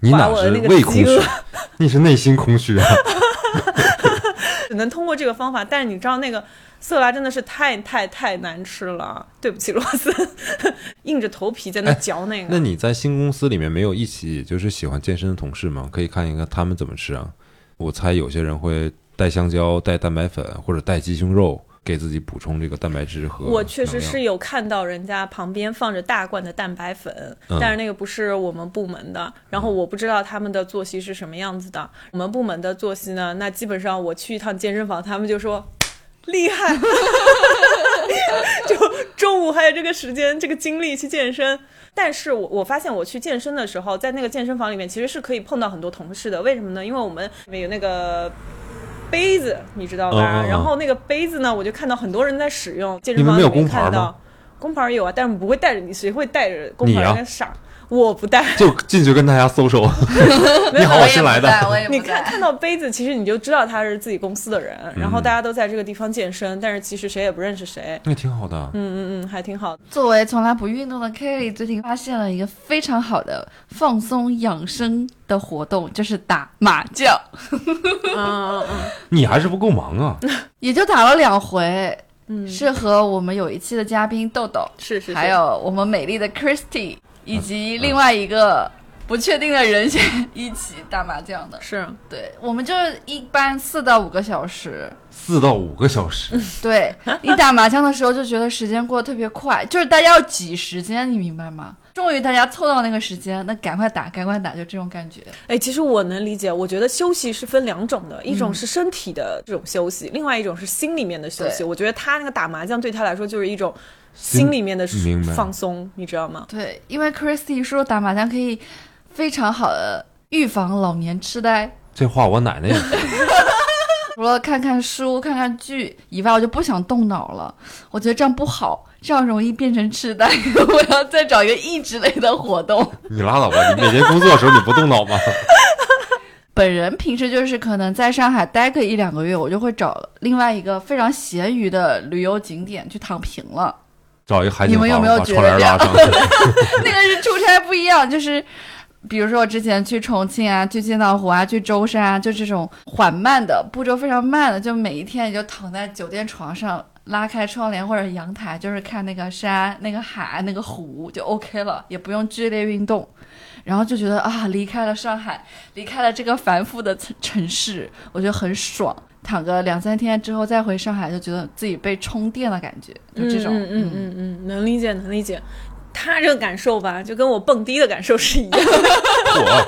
[SPEAKER 1] 你
[SPEAKER 3] 划
[SPEAKER 1] 哪
[SPEAKER 3] 我
[SPEAKER 1] 是
[SPEAKER 3] 的那个
[SPEAKER 1] 胃
[SPEAKER 3] 饥
[SPEAKER 1] 空虚
[SPEAKER 3] 饿，
[SPEAKER 1] 你是内心空虚啊！
[SPEAKER 3] 只能通过这个方法。但是你知道那个色拉真的是太太太难吃了，对不起罗斯， 硬着头皮在那嚼
[SPEAKER 2] 啊
[SPEAKER 3] 那个。
[SPEAKER 1] 那你在新公司里面没有一起就是喜欢健身的同事吗？可以看一看他们怎么吃啊。我猜有些人会带香蕉、带蛋白粉或者带鸡胸肉，给自己补充这个蛋白质和
[SPEAKER 3] 我确实
[SPEAKER 1] 能
[SPEAKER 3] 是
[SPEAKER 1] 量
[SPEAKER 3] 有看到人家旁边放着大罐的蛋白粉，
[SPEAKER 1] 嗯
[SPEAKER 3] 但是那个不是我们部门的，然后我不知道他们的作息是什么样子的。我们部门的作息呢，那基本上我去一趟健身房，他们就说厉害， 就中午还有这个时间、这个精力去健身。但是我我发现我去健身的时候，在那个健身房里面其实是可以碰到很多同事的，为什么呢？因为我们里面有那个杯子，你知道吧？
[SPEAKER 1] 嗯嗯嗯
[SPEAKER 3] 然后那个杯子呢，我就看到很多人在使用，健
[SPEAKER 1] 你
[SPEAKER 3] 身
[SPEAKER 1] 们没
[SPEAKER 3] 房里
[SPEAKER 1] 有
[SPEAKER 3] 面
[SPEAKER 1] 工牌
[SPEAKER 3] 看
[SPEAKER 1] 吗
[SPEAKER 3] 到。工牌儿有啊，但是不会带着你，谁会带着工
[SPEAKER 1] 你啊
[SPEAKER 3] 牌儿？
[SPEAKER 1] 呀
[SPEAKER 3] 人家傻，我不带。
[SPEAKER 1] 就进去跟大家搜 搜。你好，
[SPEAKER 2] 我
[SPEAKER 1] 新来的。
[SPEAKER 2] 我也不在，我也
[SPEAKER 3] 你
[SPEAKER 2] 不
[SPEAKER 3] 看
[SPEAKER 2] 在。
[SPEAKER 3] 看到杯子，其实你就知道他是自己公司的人，
[SPEAKER 1] 嗯
[SPEAKER 3] 然后大家都在这个地方健身，但是其实谁也不认识谁。
[SPEAKER 1] 那挺好的，啊
[SPEAKER 3] 嗯嗯嗯，还挺好的。
[SPEAKER 2] 作为从来不运动的 Kelly，最近发现了一个非常好的放松养生的活动，就是打麻将，
[SPEAKER 3] 嗯嗯嗯，
[SPEAKER 1] 你还是不够忙啊！
[SPEAKER 2] 也就打了两回。
[SPEAKER 3] 嗯
[SPEAKER 2] 是和我们有一期的嘉宾豆豆，
[SPEAKER 3] 是是，
[SPEAKER 2] 还有我们美丽的 Christy，以
[SPEAKER 1] 嗯
[SPEAKER 2] 及另外一个不确定的人选一起打麻将的。
[SPEAKER 3] 是
[SPEAKER 2] 对，我们就是一般四到五个小 时。
[SPEAKER 1] 四到五个小时，
[SPEAKER 2] 对你打麻将的时候就觉得时间过得特别快，就是大家要挤时间，你明白吗？终于大家凑到那个时间，那赶快打，赶快打，就这种感觉。
[SPEAKER 3] 哎，其实我能理解，我觉得休息是分两种的，一种是身体的这种休息，另外一种是心里面的休息。
[SPEAKER 2] 对
[SPEAKER 3] 我觉得他那个打麻将对他来说就是一种
[SPEAKER 1] 心
[SPEAKER 3] 心里面的
[SPEAKER 1] 明白
[SPEAKER 3] 放松，你知道吗？
[SPEAKER 2] 对，因为 Christy 说打麻将可以非常好的预防老年痴呆。
[SPEAKER 1] 这话我奶奶也说。
[SPEAKER 2] 除了看看书、看看剧以外，我就不想动脑了。我觉得这样不好，这样容易变成痴呆。 我要再找一个益智类的活动。
[SPEAKER 1] 你拉倒吧，你每天工作的时候你不动脑吗？
[SPEAKER 2] 本人平时就是可能在上海待个一两个月，我就会找另外一个非常闲余的旅游景点去躺平了。
[SPEAKER 1] 找一个海景
[SPEAKER 2] 你们有
[SPEAKER 1] 房，
[SPEAKER 2] 没有
[SPEAKER 1] 把
[SPEAKER 2] 觉
[SPEAKER 1] 窗帘
[SPEAKER 2] 得
[SPEAKER 1] 拉上。
[SPEAKER 2] 那个是出差不一样，就是比如说我之前去重庆啊，去千岛湖啊，去舟山啊，就这种缓慢的步骤非常慢的，就每一天你就躺在酒店床上，拉开窗帘或者阳台，就是看那个山、那个海、那个湖就 OK 了，也不用剧烈运动。然后就觉得啊，离开了上海，离开了这个繁复的城城市，我觉得很爽。躺个两三天之后再回上海，就觉得自己被充电的感觉，就这种。
[SPEAKER 3] 嗯嗯嗯嗯，能理解能理解。他这个感受吧，就跟我蹦迪的感受是一样的。
[SPEAKER 1] 我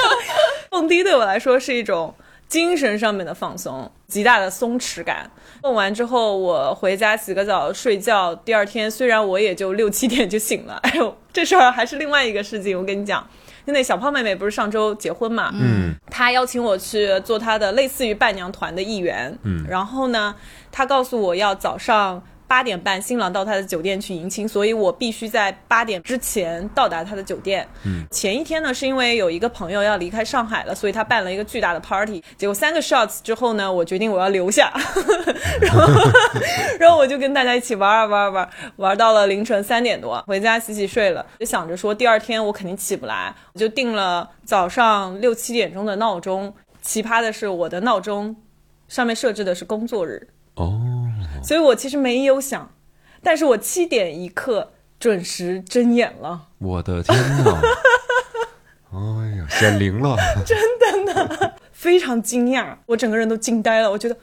[SPEAKER 3] 蹦迪对我来说是一种精神上面的放松，极大的松弛感。蹦完之后，我回家洗个澡睡觉，第二天虽然我也就六七点就醒了，哎呦，这事儿还是另外一个事情。我跟你讲，就那小胖妹妹不是上周结婚嘛，
[SPEAKER 1] 嗯，
[SPEAKER 3] 她邀请我去做她的类似于伴娘团的一员，
[SPEAKER 1] 嗯
[SPEAKER 3] 然后呢，她告诉我要早上。八点半，新郎到她的酒店去迎亲，所以我必须在八点之前到达她的酒店。
[SPEAKER 1] 嗯，
[SPEAKER 3] 前一天呢，是因为有一个朋友要离开上海了，所以他办了一个巨大的 party。结果三个 shots 之后呢，我决定我要留下， 然后我就跟大家一起玩啊玩啊玩啊，玩到了凌晨三点多，回家洗洗睡了，就想着说第二天我肯定起不来，我就定了早上六七点钟的闹钟。奇葩的是，我的闹钟上面设置的是工作日，
[SPEAKER 1] 哦，
[SPEAKER 3] 所以我其实没有想，但是我七点一刻准时睁眼了。
[SPEAKER 1] 我的天 哪！哎呀，显灵了！
[SPEAKER 3] 非常惊讶，我整个人都惊呆了。我觉得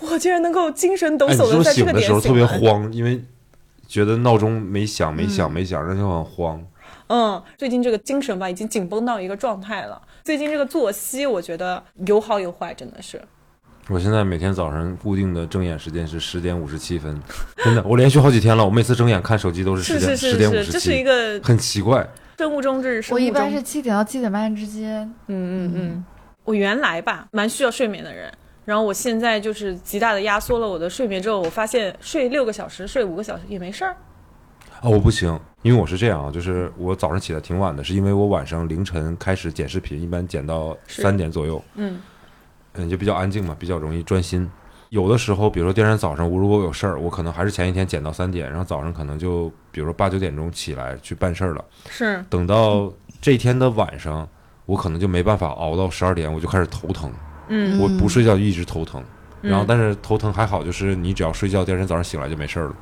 [SPEAKER 3] 我竟然能够精神抖
[SPEAKER 1] 哎，你
[SPEAKER 3] 擞
[SPEAKER 1] 是
[SPEAKER 3] 的
[SPEAKER 1] 不是
[SPEAKER 3] 在这
[SPEAKER 1] 醒
[SPEAKER 3] 个
[SPEAKER 1] 的
[SPEAKER 3] 点
[SPEAKER 1] 时候
[SPEAKER 3] 醒
[SPEAKER 1] 特别
[SPEAKER 3] 来
[SPEAKER 1] 慌，因为觉得闹钟没响，没响，没响，让你很慌。
[SPEAKER 3] 嗯，最近这个精神吧，已经紧绷到一个状态了。最近这个作息，我觉得有好有坏，真的是。
[SPEAKER 1] 我现在每天早晨固定的睁眼时间是十点五十七 分，真的，我连续好几天了。我每次睁眼看手机都是十
[SPEAKER 3] 是
[SPEAKER 1] 点
[SPEAKER 3] 是
[SPEAKER 1] 十
[SPEAKER 3] 是
[SPEAKER 1] 点五
[SPEAKER 3] 是，
[SPEAKER 1] 十
[SPEAKER 3] 这是一
[SPEAKER 1] 七，
[SPEAKER 3] 个
[SPEAKER 1] 很奇怪。
[SPEAKER 3] 生物钟，这是生物
[SPEAKER 2] 我
[SPEAKER 3] 钟。
[SPEAKER 2] 一般是七点到七点半之间，
[SPEAKER 3] 嗯嗯嗯，我原来吧蛮需要睡眠的人，然后我现在就是极大的压缩了我的睡眠之后，我发现睡六个小时、睡五个小时也没事儿。
[SPEAKER 1] 哦，我不行，因为我是这样啊，就是我早上起来挺晚的，是因为我晚上凌晨开始剪视频，一般剪到
[SPEAKER 3] 是
[SPEAKER 1] 三点左右，
[SPEAKER 3] 嗯
[SPEAKER 1] 嗯，就比较安静嘛，比较容易专心。有的时候，比如说第二天早上，我如果有事儿，我可能还是前一天剪到三点，然后早上可能就比如说八九点钟起来去办事儿了。
[SPEAKER 3] 是，
[SPEAKER 1] 等到这一天的晚上，我可能就没办法熬到十二点，我就开始头疼。
[SPEAKER 3] 嗯
[SPEAKER 1] 我不睡觉就一直头疼，
[SPEAKER 3] 嗯
[SPEAKER 1] 然后但是头疼还好，就是你只要睡觉，第二天早上醒来就没事儿了。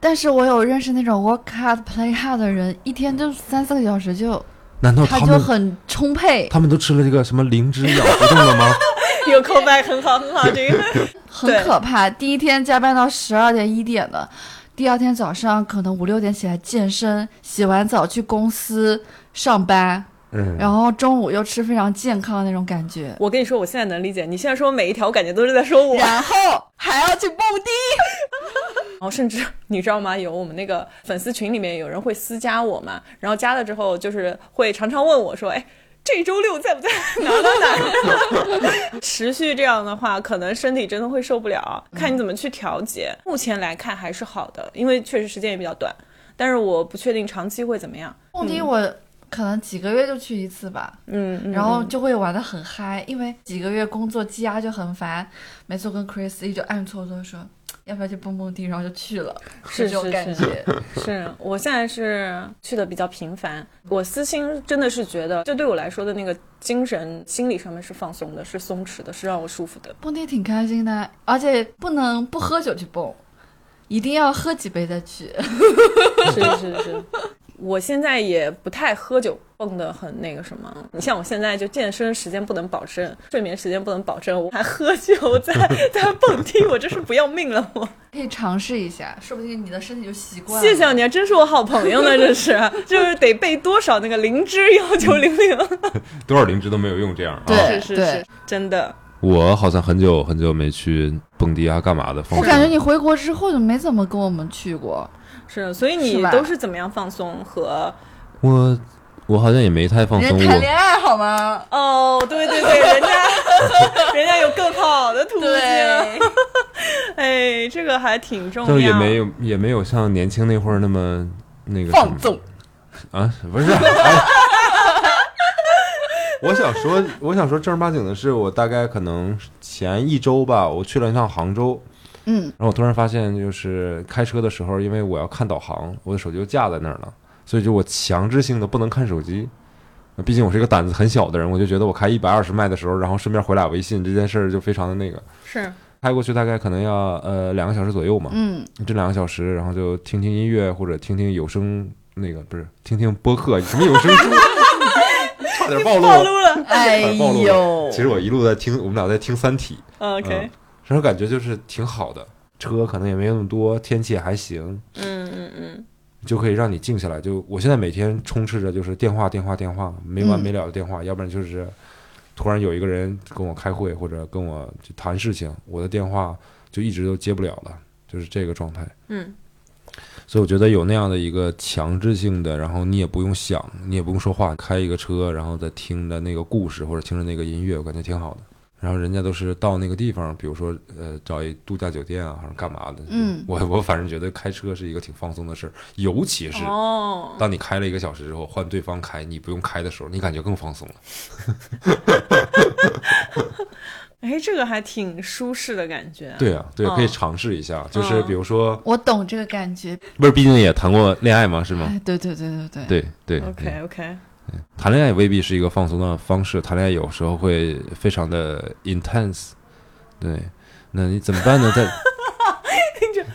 [SPEAKER 2] 但是我有认识那种 work hard play hard 的人，一天就三四个小时就，
[SPEAKER 1] 难道
[SPEAKER 2] 他
[SPEAKER 1] 他
[SPEAKER 2] 就
[SPEAKER 1] 们
[SPEAKER 2] 很充沛，
[SPEAKER 1] 他们都吃了这个什么灵芝养活动了吗？
[SPEAKER 3] 有扣白很好很好，这个
[SPEAKER 2] 很可怕。第一天加班到十二点一点的，第二天早上可能五六点起来健身，洗完澡去公司上班，
[SPEAKER 1] 嗯，
[SPEAKER 2] 然后中午又吃非常健康的那种感觉，
[SPEAKER 3] 我跟你说，我现在能理解。你现在说每一条，我感觉都是在说我。然
[SPEAKER 2] 然后还要去蹦迪。
[SPEAKER 3] 后甚至你知道吗？有我们那个粉丝群里面有人会私加我嘛，然后加了之后就是会常常问我说：“哎，这周六在不在哪儿哪儿哪 儿？”持续这样的话，可能身体真的会受不了，看你怎么去调节。目前来看还是好的，因为确实时间也比较短。但是我不确定长期会怎么样。
[SPEAKER 2] 蹦迪我可能几个月就去一次吧，
[SPEAKER 3] 嗯，嗯
[SPEAKER 2] 然后
[SPEAKER 3] 嗯
[SPEAKER 2] 就会玩的很嗨，因为几个月工作积压就很烦。每次我跟 Chris 一就暗搓搓说，要不要去蹦蹦迪，然后就去了，
[SPEAKER 3] 是
[SPEAKER 2] 就这种
[SPEAKER 3] 是
[SPEAKER 2] 感
[SPEAKER 3] 是
[SPEAKER 2] 觉。
[SPEAKER 3] 是我现在是去的比较频繁，我私心真的是觉得，这对我来说的那个精神、心理上面是放松的，是松弛的，是让我舒服的。
[SPEAKER 2] 蹦迪挺开心的，而且不能不喝酒去蹦，一定要喝几杯再去。
[SPEAKER 3] 是是是， 我现在也不太喝酒，蹦的很那个什么。你像我现在就健身时间不能保证，睡眠时间不能保证，我还喝酒在在蹦迪，我真是不要命了 我。
[SPEAKER 2] 可以尝试一下，说不定你的身体就习惯了。
[SPEAKER 3] 谢谢你，还真是我好朋友呢，这是就是得背多少那个灵芝幺九零零，
[SPEAKER 1] 多少灵芝都没有用，这样啊。
[SPEAKER 2] 对
[SPEAKER 3] 是是
[SPEAKER 2] 对
[SPEAKER 3] 是，真的。
[SPEAKER 1] 我好像很久很久没去蹦迪啊，干嘛的？放
[SPEAKER 2] 我
[SPEAKER 1] 松
[SPEAKER 2] 感觉你回国之后就没怎么跟我们去过，
[SPEAKER 3] 是，所以
[SPEAKER 2] 是
[SPEAKER 3] 你
[SPEAKER 2] 吧
[SPEAKER 3] 都是怎么样放松和？
[SPEAKER 1] 我我好像也没太放
[SPEAKER 2] 人
[SPEAKER 1] 松
[SPEAKER 2] 谈
[SPEAKER 1] 过。
[SPEAKER 2] 恋爱好吗？
[SPEAKER 3] 哦，对对对，人家 人家有更好的途径，
[SPEAKER 2] 对，
[SPEAKER 3] 哎，这个还挺重要。
[SPEAKER 1] 就也没有也没有像年轻那会儿那么那个什么
[SPEAKER 2] 放纵。
[SPEAKER 1] 啊，不是。哎 我想说，我想说正儿八经的是，我大概可能前一周吧，我去了一趟杭州，
[SPEAKER 2] 嗯，
[SPEAKER 1] 然后我突然发现，就是开车的时候，因为我要看导航，我的手机就架在那儿了，所以就我强制性的不能看手机。毕竟我是一个胆子很小的人，我就觉得我开一百二十迈的时候，然后顺便回俩微信，这件事儿就非常的那个。
[SPEAKER 3] 是
[SPEAKER 1] 开过去大概可能要呃两个小时左右嘛，
[SPEAKER 2] 嗯，
[SPEAKER 1] 这两个小时，然后就听听音乐或者听听有声那个不是听听播客，什么有声书， 差点暴露
[SPEAKER 3] 暴
[SPEAKER 1] 了。
[SPEAKER 3] 露 了。
[SPEAKER 2] 哎
[SPEAKER 1] 暴露
[SPEAKER 2] 呦，
[SPEAKER 1] 其实我一路在听，我们俩在听《三体》，
[SPEAKER 3] 哦 OK，
[SPEAKER 1] 然后感觉就是挺好的，车可能也没有那么多，天气也还行，
[SPEAKER 3] 嗯嗯嗯，
[SPEAKER 1] 就可以让你静下来。就我现在每天充斥着就是电话、电话、电话，没完没了的电话，要不然就是突然有一个人跟我开会或者跟我去谈事情，我的电话就一直都接不了了，就是这个状态。
[SPEAKER 3] 嗯，
[SPEAKER 1] 所以我觉得有那样的一个强制性的，然后你也不用想，你也不用说话，开一个车，然后再听着那个故事或者听着那个音乐，我感觉挺好的。然后人家都是到那个地方，比如说呃找一度假酒店啊，或者干嘛的。
[SPEAKER 2] 嗯
[SPEAKER 1] 我我反正觉得开车是一个挺放松的事儿，尤其是
[SPEAKER 3] 哦，
[SPEAKER 1] 当你开了一个小时之后，换对方开，你不用开的时候，你感觉更放松了。
[SPEAKER 3] 嗯哎，这个还挺舒适的感觉。，
[SPEAKER 1] 对啊，对，
[SPEAKER 3] 嗯
[SPEAKER 1] 可以尝试一下。就是比如说，
[SPEAKER 2] 我懂这个感觉。
[SPEAKER 1] 不是，毕竟也谈过恋爱嘛，是吗？
[SPEAKER 2] 哎，对对对对对，
[SPEAKER 1] 对对对
[SPEAKER 3] 嗯 OK OK，
[SPEAKER 1] 谈恋爱未必是一个放松的方式，谈恋爱有时候会非常的 intense。对，那你怎么办呢？ 在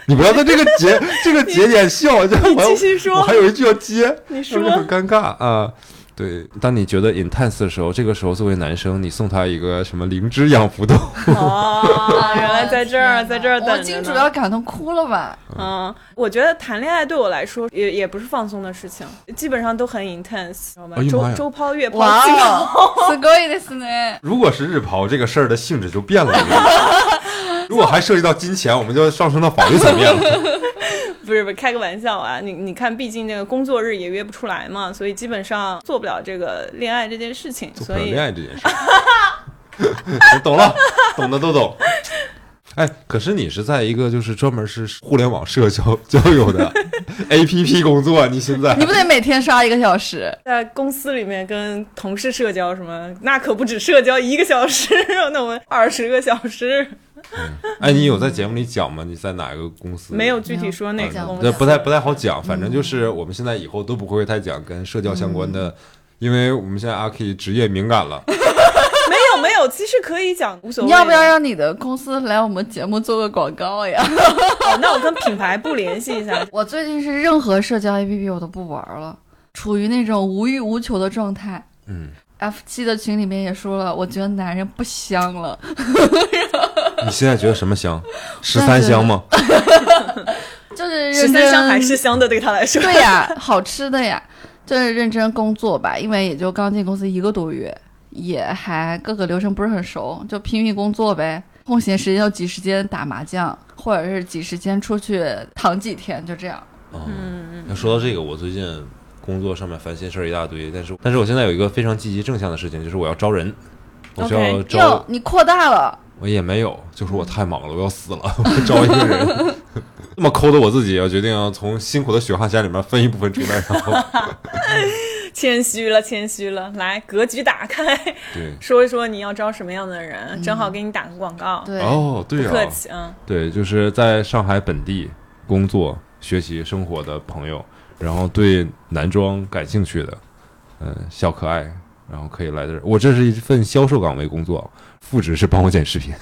[SPEAKER 1] 你不要在这个节这个节点笑，这
[SPEAKER 3] 你
[SPEAKER 1] 我
[SPEAKER 3] 继续
[SPEAKER 1] 我
[SPEAKER 3] 说
[SPEAKER 1] 还，有一句要接，
[SPEAKER 3] 你
[SPEAKER 1] 我就很
[SPEAKER 3] 说，
[SPEAKER 1] 尴尬啊。对，当你觉得 intense 的时候，这个时候作为男生，你送他一个什么灵芝养肤豆，
[SPEAKER 3] 哦， 原来在这
[SPEAKER 2] 啊
[SPEAKER 3] 儿，在这儿
[SPEAKER 2] 我
[SPEAKER 3] 等着
[SPEAKER 2] 金
[SPEAKER 3] 呢
[SPEAKER 2] 主要感动哭了吧？
[SPEAKER 3] 嗯，我觉得谈恋爱对我来说也也不是放松的事情，基本上都很 intense，知道吧
[SPEAKER 1] 哎？呀妈
[SPEAKER 3] 周
[SPEAKER 1] 呀
[SPEAKER 3] 周抛月抛，
[SPEAKER 2] 哇
[SPEAKER 3] 气泡
[SPEAKER 2] 哦，すごいですね。
[SPEAKER 1] 如果是日抛，这个事儿的性质就变了。 如果还涉及到金钱，我们就上升到法律层面了。
[SPEAKER 3] 不是不是开个玩笑啊，你你看，毕竟那个工作日也约不出来嘛，所以基本上做不了这个恋爱这件事情，
[SPEAKER 1] 做不
[SPEAKER 3] 所
[SPEAKER 1] 了
[SPEAKER 3] 以
[SPEAKER 1] 恋爱这件事。我 懂了，懂的都懂。哎，可是你是在一个就是专门是互联网社交交友的 A P P 工作，啊你现在
[SPEAKER 2] 你不得每天刷一个小时？
[SPEAKER 3] 在公司里面跟同事社交什么，那可不止社交一个小时， 那我二十个小时，
[SPEAKER 1] 哎，你有在节目里讲吗？你在哪个公司？
[SPEAKER 3] 没有具体说
[SPEAKER 2] 没
[SPEAKER 3] 那
[SPEAKER 2] 有
[SPEAKER 3] 个
[SPEAKER 2] 讲
[SPEAKER 3] 公
[SPEAKER 1] 这
[SPEAKER 3] 司，
[SPEAKER 1] 不太不太好讲，反正就是我们现在以后都不会太讲跟社交相关的，因为我们现在阿 K 职业敏感了。
[SPEAKER 3] 没有哎没有，其实可以讲，无所
[SPEAKER 2] 你
[SPEAKER 3] 谓。
[SPEAKER 2] 要不要？让你的公司来我们节目做个广告呀？
[SPEAKER 3] 哦，那我跟品牌部联系一下。
[SPEAKER 2] 我最近是任何社交 APP 我都不玩了，处于那种无欲无求的状态。
[SPEAKER 1] 嗯，
[SPEAKER 2] F 七的群里面也说了，我觉得男人不香了，
[SPEAKER 1] 你现在觉得什么香？十
[SPEAKER 2] 我现在
[SPEAKER 1] 三
[SPEAKER 2] 觉得
[SPEAKER 1] 香吗？
[SPEAKER 2] 就是
[SPEAKER 3] 十
[SPEAKER 2] 认
[SPEAKER 3] 三
[SPEAKER 2] 真
[SPEAKER 3] 香还是香的，对他 来说。
[SPEAKER 2] 对呀，好吃的呀，就是认真工作吧，因为也就刚进公司一个多月，也还各个流程不是很熟，就拼命工作呗。空闲时间就挤时间打麻将，或者是挤时间出去躺几天，就这样。
[SPEAKER 1] 嗯，那说到这个，我最近工作上面烦心事儿一大堆，但是但是我现在有一个非常积极正向的事情，就是我要招人，我需要
[SPEAKER 3] OK
[SPEAKER 1] 招
[SPEAKER 2] 哟，你扩大了，
[SPEAKER 1] 我也没有，就是我太忙了，我要死了，我要招一个人。 这么抠的我自己，我决定要从辛苦的雪汗衫里面分一部分出来，然后
[SPEAKER 3] 谦虚了，谦虚了，来格局打开，
[SPEAKER 1] 对，
[SPEAKER 3] 说一说你要招什么样的
[SPEAKER 2] 嗯
[SPEAKER 3] 人，正好给你打个广告，
[SPEAKER 2] 对，
[SPEAKER 1] 哦，对
[SPEAKER 3] 不客
[SPEAKER 1] 啊，
[SPEAKER 3] 气，嗯，
[SPEAKER 1] 对，就是在上海本地工作、学习、生活的朋友，然后对男装感兴趣的，嗯、小可爱，然后可以来这儿。我这是一份销售岗位工作，副职是帮我剪视频。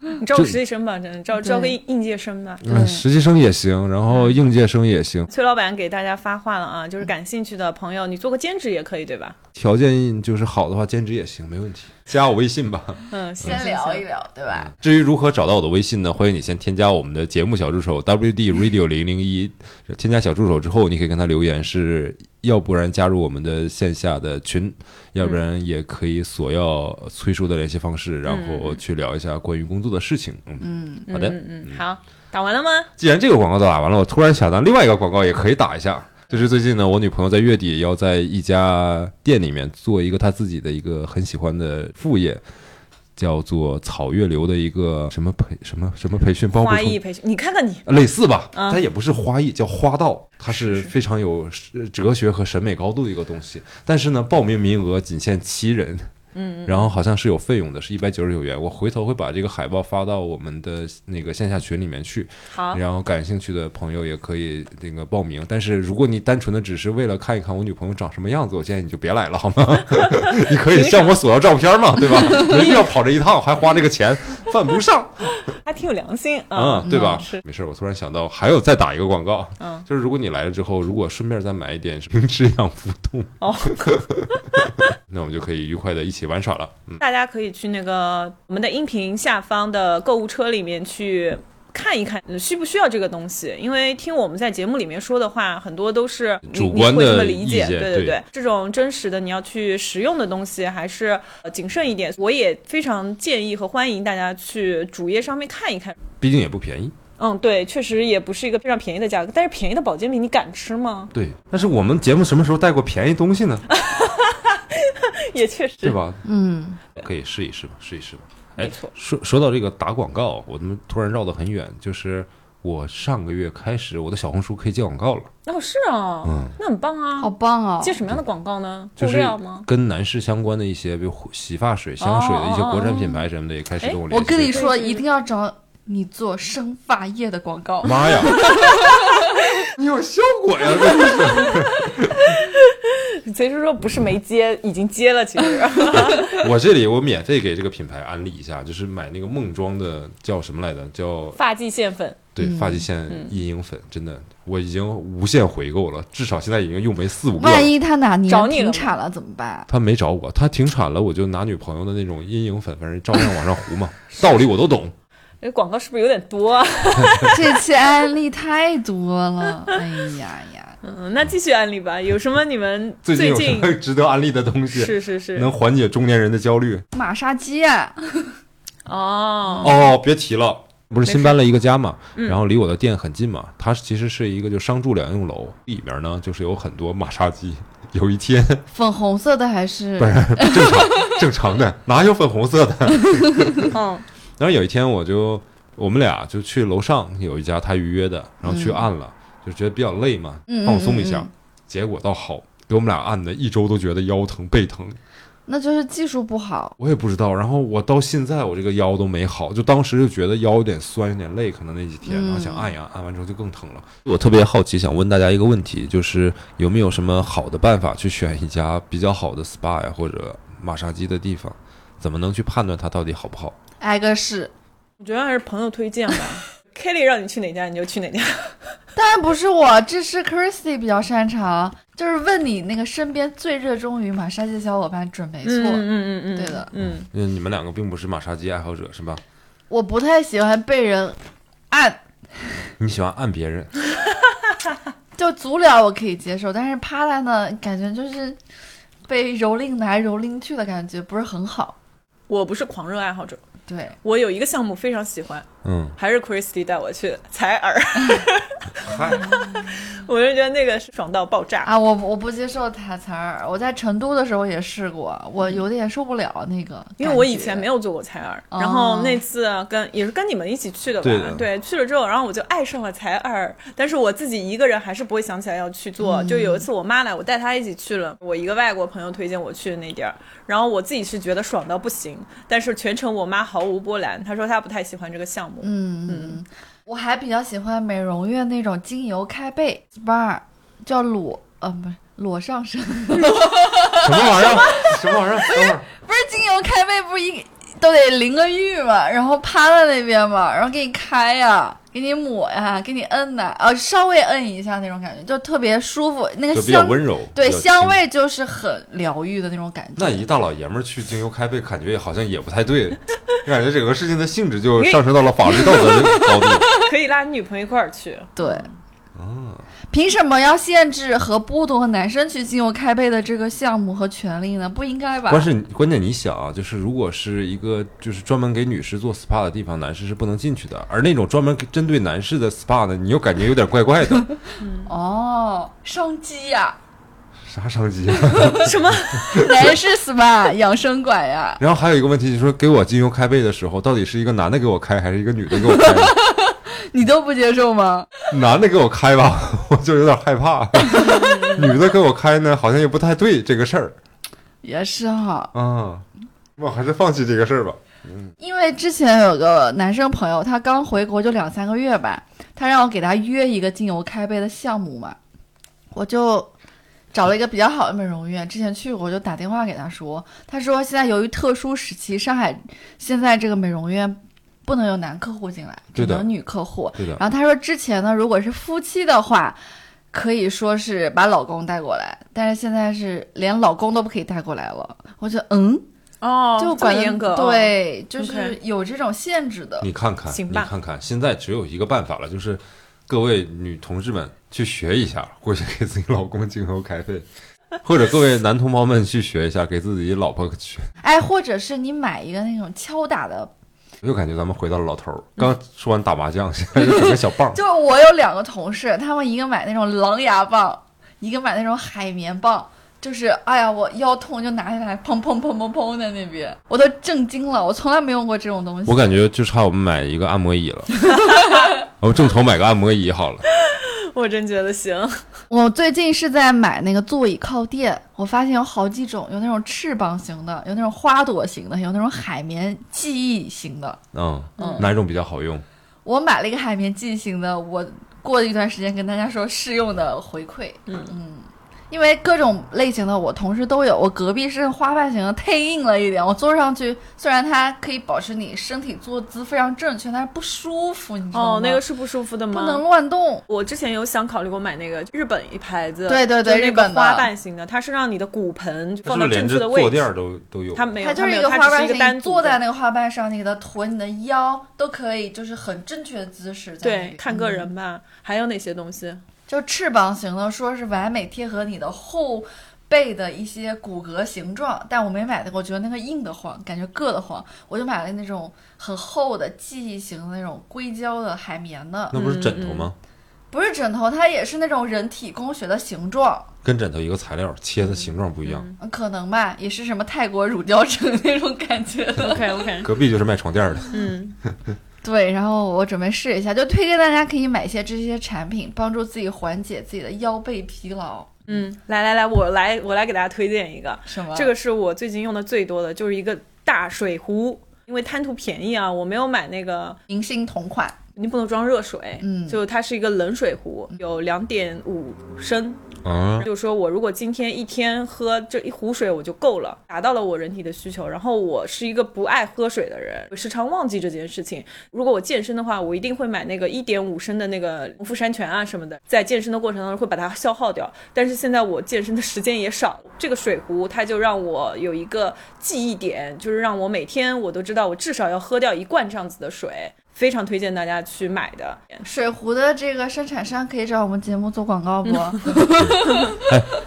[SPEAKER 3] 你招个实习生吧，真的招招个应应届生吧。
[SPEAKER 2] 对
[SPEAKER 1] 嗯，实习生也行，然后应届生也行，
[SPEAKER 3] 崔老板给大家发话了
[SPEAKER 2] 嗯
[SPEAKER 3] 啊，就是感兴趣的朋友，你做个兼职也可以，对吧？
[SPEAKER 1] 条件就是好的话，兼职也行，没问题。加我微信吧。
[SPEAKER 3] 嗯，行
[SPEAKER 2] 先
[SPEAKER 3] 行
[SPEAKER 2] 聊
[SPEAKER 3] 行
[SPEAKER 2] 一聊，对吧？
[SPEAKER 1] 至于如何找到我的微信呢？欢迎你先添加我们的节目小助手 WD Radio 零零一，添加小助手之后，你可以跟他留言，是要不然加入我们的线下的群，要不然也可以索要崔叔的联系方式，然后去聊一下关于工作的事情。嗯，好的。
[SPEAKER 3] 嗯嗯，好，打完了吗？
[SPEAKER 1] 既然这个广告打完了，我突然想到另外一个广告也可以打一下，就是最近呢，我女朋友在月底要在一家店里面做一个她自己的一个很喜欢的副业，叫做草月流的一个什么培什么什么培训，包括
[SPEAKER 3] 花艺培训，你看看你，
[SPEAKER 1] 类似吧，
[SPEAKER 3] 嗯
[SPEAKER 1] 它也不是花艺，叫花道，它是
[SPEAKER 3] 是是
[SPEAKER 1] 非常有呃哲学和审美高度的一个东西。但是呢，报名名额仅限七人，嗯，然后好像是有费用的，是一百九十九元。我回头会把这个海报发到我们的那个线下群里面去，
[SPEAKER 3] 好，
[SPEAKER 1] 然后感兴趣的朋友也可以那个报名。但是如果你单纯的只是为了看一看我女朋友长什么样子，我建议你就别来了，好 吗？你可以向我索要照片嘛，对吧？没必要跑这一趟，还花这个钱，犯不 上。
[SPEAKER 3] 还挺有良心啊。
[SPEAKER 1] 嗯，对吧？
[SPEAKER 3] 是
[SPEAKER 1] 没事儿，我突然想到还有再打一个广告，
[SPEAKER 3] 嗯，
[SPEAKER 1] 就是如果你来了之后，如果顺便再买一点零食养肤冻，
[SPEAKER 3] 哦，
[SPEAKER 1] 那我们就可以愉快的一起玩耍了。嗯，
[SPEAKER 3] 大家可以去那个我们的音频下方的购物车里面去。看一看嗯需不需要这个东西，因为听我们在节目里面说的话，很多都是你
[SPEAKER 1] 主观的
[SPEAKER 3] 你会这么理解，
[SPEAKER 1] 意见
[SPEAKER 3] 对
[SPEAKER 1] 对
[SPEAKER 3] 对，这种真实的你要去使用的东西，还是呃谨慎一点。我也非常建议和欢迎大家去主页上面看一看。
[SPEAKER 1] 毕竟也不便宜。
[SPEAKER 3] 嗯，对，确实也不是一个非常便宜的价格，但是便宜的保健品你敢吃 吗？
[SPEAKER 1] 对，但是我们节目什么时候带过便宜东西呢？
[SPEAKER 3] 哎也确实
[SPEAKER 1] 对吧？
[SPEAKER 2] 嗯，
[SPEAKER 1] 可以试一试吧，试一试吧。
[SPEAKER 3] 没
[SPEAKER 1] 哎
[SPEAKER 3] 错，
[SPEAKER 1] 说说到这个打广告，我怎么突然绕得很远？就是我上个月开始，我的小红书可以接广告了，
[SPEAKER 3] 哦，是啊，
[SPEAKER 1] 嗯
[SPEAKER 3] 那很棒啊。
[SPEAKER 2] 好棒哦！
[SPEAKER 3] 接什么样的广告呢？布
[SPEAKER 1] 就是
[SPEAKER 3] 料吗？
[SPEAKER 1] 跟男士相关的一些，比如洗发水、香水的一些国产品牌什么的，也开始跟我联系。
[SPEAKER 2] 我跟你说，
[SPEAKER 3] 对对
[SPEAKER 2] 一定要找你做生发液的广告。
[SPEAKER 1] 妈呀！你有效果呀！真的是
[SPEAKER 3] 其实说不是没接，已经接了。其实
[SPEAKER 1] 我这里我免费给这个品牌安利一下，就是买那个梦妆的叫什么来着？叫
[SPEAKER 3] 发际线粉，
[SPEAKER 1] 对发际线阴影粉，真的我已经无限回购了，至少现在已经用没四五个
[SPEAKER 2] 万
[SPEAKER 1] 了。
[SPEAKER 2] 一他哪年
[SPEAKER 3] 找你了
[SPEAKER 2] 停
[SPEAKER 3] 吗
[SPEAKER 2] 产了怎么办？
[SPEAKER 1] 他没找我，他停产了，我就拿女朋友的那种阴影粉，反正照样往上糊 嘛，道理我都懂。
[SPEAKER 3] 这哎广告是不是有点多、啊？
[SPEAKER 2] 这期案例太多了，哎呀呀！
[SPEAKER 3] 嗯，那继续安利吧。有什么你们
[SPEAKER 1] 最近
[SPEAKER 3] 近
[SPEAKER 1] 有什么值得安利的东西，
[SPEAKER 3] 是是是
[SPEAKER 1] 能缓解中年人的焦虑？
[SPEAKER 2] 马杀鸡啊，
[SPEAKER 3] 哦，
[SPEAKER 1] 哦，别提了，不是
[SPEAKER 3] 事
[SPEAKER 1] 新搬了一个家嘛，然后离我的店很近嘛，它其实是一个就商住两用楼，里面呢就是有很多马杀鸡。有一天，
[SPEAKER 2] 粉红色的还是
[SPEAKER 1] 不是不正常正常 的，哪有粉红色的？
[SPEAKER 3] 嗯，
[SPEAKER 1] 然后有一天我就我们俩就去楼上有一家他预约的，然后去按了，就觉得比较累嘛
[SPEAKER 2] 嗯嗯，
[SPEAKER 1] 放松一下。
[SPEAKER 2] 嗯嗯
[SPEAKER 1] 结果倒好，给我们俩按的一周都觉得腰疼背疼，
[SPEAKER 2] 那就是技术不好。
[SPEAKER 1] 我也不知道。然后我到现在我这个腰都没好，就当时就觉得腰有点酸，有点累，可能那几天，
[SPEAKER 2] 嗯
[SPEAKER 1] 然后想按哎一按，按完之后就更疼了。我特别好奇，想问大家一个问题，就是有没有什么好的办法去选一家比较好的 SPA 呀或者马杀鸡的地方？怎么能去判断它到底好不好？
[SPEAKER 2] 挨个试，
[SPEAKER 3] 我觉得还是朋友推荐吧。Kelly 让你去哪家你就去哪家，
[SPEAKER 2] 当然不是我，这是 Christy 比较擅长，就是问你那个身边最热衷于马杀鸡的小伙伴准没错。
[SPEAKER 3] 嗯嗯
[SPEAKER 2] 对的，
[SPEAKER 3] 嗯，
[SPEAKER 1] 因为你们两个并不是马杀鸡爱好者是吧？
[SPEAKER 2] 我不太喜欢被人按，
[SPEAKER 1] 你喜欢按别 人，
[SPEAKER 2] 就足疗我可以接受，但是趴在那感觉就是被蹂躏来蹂躏去的感觉，不是很好。
[SPEAKER 3] 我不是狂热爱好者，
[SPEAKER 2] 对，
[SPEAKER 3] 我有一个项目非常喜欢，
[SPEAKER 1] 嗯，
[SPEAKER 3] 还是 Christy 带我去的采耳，
[SPEAKER 1] 嗨，
[SPEAKER 3] 我就觉得那个是爽到爆炸。
[SPEAKER 2] 啊，我我不接受塔采耳。我在成都的时候也试过，我有点受不了那个，
[SPEAKER 3] 因为我以前没
[SPEAKER 2] 有。
[SPEAKER 3] 有做过采耳，
[SPEAKER 2] 哦
[SPEAKER 3] 然后那次啊跟也是跟你们一起去的吧，
[SPEAKER 1] 对的
[SPEAKER 3] 去了之后，然后我就爱上了采耳，但是我自己一个人还是不会想起来要去做。
[SPEAKER 2] 嗯
[SPEAKER 3] 就有一次我妈来，我带她一起去了，我一个外国朋友推荐我去的那地儿，然后我自己是觉得爽到不行，但是全程我妈毫无波澜，她说她不太喜欢这个项目。
[SPEAKER 2] 嗯嗯，我还比较喜欢美容院那种精油开背 SPA，叫裸呃不是裸上身，
[SPEAKER 1] 什么玩意儿？什么玩意儿？等会儿，
[SPEAKER 2] 不是精油开背不是一都得淋个浴嘛，然后趴在那边嘛，然后给你开呀、给你抹呀、给你摁呐、呃，稍微摁一下那种感觉，就特别舒服。那个
[SPEAKER 1] 就比较
[SPEAKER 2] 香
[SPEAKER 1] 温柔，
[SPEAKER 2] 对
[SPEAKER 1] 比较
[SPEAKER 2] 香
[SPEAKER 1] 轻。
[SPEAKER 2] 味就是很疗愈的那种感觉。
[SPEAKER 1] 那一大老爷们儿去精油开背，感觉也好像也不太 对，感觉整个事情的性质就上升到了法律道德的高 度。
[SPEAKER 3] 可以拉你女朋友一块儿去，
[SPEAKER 2] 对。
[SPEAKER 1] 哦
[SPEAKER 2] 凭什么要限制和剥夺男生去精油开背的这个项目和权利呢？不应该吧？
[SPEAKER 1] 关是关键，你想啊，就是如果是一个就是专门给女士做 SPA 的地方，男士是不能进去的。而那种专门给针对男士的 SPA 呢，你又感觉有点怪怪 的，
[SPEAKER 2] 哦，生机呀、
[SPEAKER 1] 啥商机啊？
[SPEAKER 3] 什么？
[SPEAKER 2] 男士 SPA 养生馆呀、
[SPEAKER 1] 然后还有一个问题，你说给我精油开背的时候，到底是一个男的给我开，还是一个女的给我开？
[SPEAKER 2] 你都不接受吗？
[SPEAKER 1] 男的给我开吧， 我就有点害怕； 女的给我开呢，好像也不太对这个事儿
[SPEAKER 2] 也是哈，
[SPEAKER 1] 啊。我还是放弃这个事儿吧。
[SPEAKER 2] 因为之前有个男生朋友，他刚回国就两三个月吧，他让我给他约一个精油开背的项目嘛，我就找了一个比较好的美容院，之前去过，我就打电话给他说，他说现在由于特殊时期，上海现在这个美容院不能有男客户进来，只
[SPEAKER 1] 对的
[SPEAKER 2] 能女客户，
[SPEAKER 1] 对
[SPEAKER 3] 嗯啊
[SPEAKER 1] 的，
[SPEAKER 2] 然后他说之前呢，如果是夫妻的话，可以说是把老公带过来，但是现在是连老公都不可以带过来了。我觉得嗯，
[SPEAKER 3] 哦，
[SPEAKER 2] 就
[SPEAKER 3] 这么
[SPEAKER 2] 管得
[SPEAKER 3] 严格、，哦
[SPEAKER 2] 对，就是
[SPEAKER 3] OK
[SPEAKER 2] 有这种限制的。
[SPEAKER 1] 你看看，
[SPEAKER 3] 行
[SPEAKER 1] 你
[SPEAKER 3] 吧
[SPEAKER 1] 看看，现在只有一个办法了，就是各位女同志们去学一下，回去给自己老公精油开背， 或者各位男同胞们去学一下，给自己老婆去。
[SPEAKER 2] 哎，或者是你买一个那种敲打的，
[SPEAKER 1] 又感觉咱们回到了老头儿，
[SPEAKER 3] 嗯
[SPEAKER 1] 刚说完打麻将，现在就整个小棒儿。
[SPEAKER 2] 就是我有两个同事，他们一个买那种狼牙棒，一个买那种海绵棒。就是，哎呀，我腰痛就拿下来，砰砰砰砰砰在那边，我都震惊了，我从来没用过这种东西。
[SPEAKER 1] 我感觉就差我们买一个按摩椅了，我们众筹买个按摩椅好了。
[SPEAKER 3] 我真觉得行。
[SPEAKER 2] 我最近是在买那个座椅靠垫，我发现有好几种，有那种翅膀型的，有那种花朵型的，有那种海绵记忆型的。
[SPEAKER 1] 嗯，
[SPEAKER 2] 嗯
[SPEAKER 1] 哪种比较好用？
[SPEAKER 2] 我买了一个海绵记忆型的，我过一段时间跟大家说试用的回馈。
[SPEAKER 3] 嗯
[SPEAKER 2] 因为各种类型的我同事都有，我隔壁是花瓣型的，太硬了一点，我坐上去虽然它可以保持你身体坐姿非常正确，但是不舒服，你知道吗？
[SPEAKER 3] 哦，那个是不舒服的吗？
[SPEAKER 2] 不能乱动。
[SPEAKER 3] 我之前有想考虑过买那个日本一牌子，
[SPEAKER 2] 对对对
[SPEAKER 3] 就是那
[SPEAKER 2] 日
[SPEAKER 3] 个
[SPEAKER 2] 本的
[SPEAKER 3] 花瓣型的，它是让你的骨盆
[SPEAKER 1] 它是
[SPEAKER 3] 放到
[SPEAKER 1] 不是连
[SPEAKER 3] 正确
[SPEAKER 1] 着
[SPEAKER 3] 的
[SPEAKER 1] 坐
[SPEAKER 3] 位
[SPEAKER 1] 垫
[SPEAKER 3] 置。
[SPEAKER 1] 儿都都有？
[SPEAKER 3] 它没有，
[SPEAKER 2] 它就
[SPEAKER 3] 没
[SPEAKER 2] 是
[SPEAKER 3] 有
[SPEAKER 2] 个花
[SPEAKER 3] 它只是
[SPEAKER 2] 瓣
[SPEAKER 3] 一个
[SPEAKER 2] 型，
[SPEAKER 3] 单
[SPEAKER 2] 你坐在
[SPEAKER 3] 那。
[SPEAKER 2] 那个花瓣上，你给它驮你的腰都可以，就是很正确的姿势在那里。嗯
[SPEAKER 3] 对，看个人吧。还有哪些 东西？
[SPEAKER 2] 就翅膀型的，说是完美贴合你的后背的一些骨骼形状，但我没买那个，我觉得那个硬得慌，感觉硌得慌，我就买了那种很厚的记忆型的那种硅胶的海绵的，
[SPEAKER 1] 那不是
[SPEAKER 3] 嗯
[SPEAKER 1] 枕头吗？
[SPEAKER 2] 不是枕头，它也是那种人体工学的形状，
[SPEAKER 1] 跟枕头一个材料，切的形状不一样。
[SPEAKER 2] 嗯可能吧，也是什么泰国乳胶枕 那种感觉的。
[SPEAKER 3] OK OK，
[SPEAKER 1] 隔壁就是卖床垫儿的。
[SPEAKER 3] 嗯，
[SPEAKER 2] 对，然后我准备试一下，就推荐大家可以买一些这些产品，帮助自己缓解自己的腰背疲劳，
[SPEAKER 3] 嗯，来来来，我来我来给大家推荐一个，
[SPEAKER 2] 什么
[SPEAKER 3] 这个是我最近用的最多的，就是一个大水壶，因为贪图便宜啊，我没有买那个
[SPEAKER 2] 明星同款。
[SPEAKER 3] 你不能装热水，
[SPEAKER 2] 嗯
[SPEAKER 3] 就它是一个冷水壶，有两点五升，
[SPEAKER 1] 啊，
[SPEAKER 3] 就说我如果今天一天喝这一壶水我就够了，达到了我人体的需求。然后我是一个不爱喝水的人，我时常忘记这件事情。如果我健身的话，我一定会买那个一点五升的那个农夫山泉啊什么的，在健身的过程当中会把它消耗掉。但是现在我健身的时间也少，这个水壶它就让我有一个记忆点，就是让我每天我都知道我至少要喝掉一罐这样子的水。非常推荐大家去买的，
[SPEAKER 2] 水壶的这个生产商可以找我们节目做广告不？
[SPEAKER 3] 嗯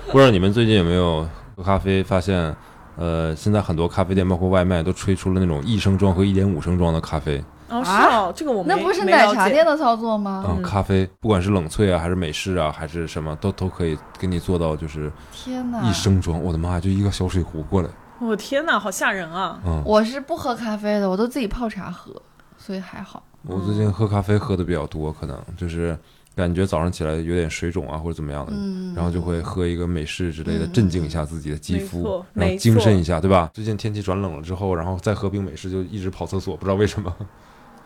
[SPEAKER 1] 不知道你们最近有没有喝咖啡发现，呃，现在很多咖啡店包括外卖都吹出了那种一升装和一点五升装的咖啡，
[SPEAKER 3] 哦，是哦，这个 我没
[SPEAKER 2] 啊那不是奶茶。
[SPEAKER 3] 没了
[SPEAKER 2] 店
[SPEAKER 3] 解
[SPEAKER 2] 的操作吗？
[SPEAKER 1] 嗯，咖啡不管是冷萃啊，还是美式啊，还是什么，都都可以给你做到就是
[SPEAKER 2] 天哪
[SPEAKER 1] 一！升装。我的妈呀，就一个小水壶过来，
[SPEAKER 3] 我哦天哪，好吓人啊！
[SPEAKER 1] 嗯，
[SPEAKER 2] 我是不喝咖啡的，我都自己泡茶喝，所以还好。
[SPEAKER 1] 我最近喝咖啡喝的比较多，可能就是感觉早上起来有点水肿啊，或者怎么样的，
[SPEAKER 2] 嗯
[SPEAKER 1] 然后就会喝一个美式之类的，镇静一下自己的肌
[SPEAKER 3] 嗯没
[SPEAKER 1] 肤
[SPEAKER 3] 错，
[SPEAKER 1] 然后
[SPEAKER 3] 没
[SPEAKER 1] 精
[SPEAKER 3] 错
[SPEAKER 1] 神一下，对吧？最近天气转冷了之后，然后再喝冰美式就一直跑厕所，不知道为什么。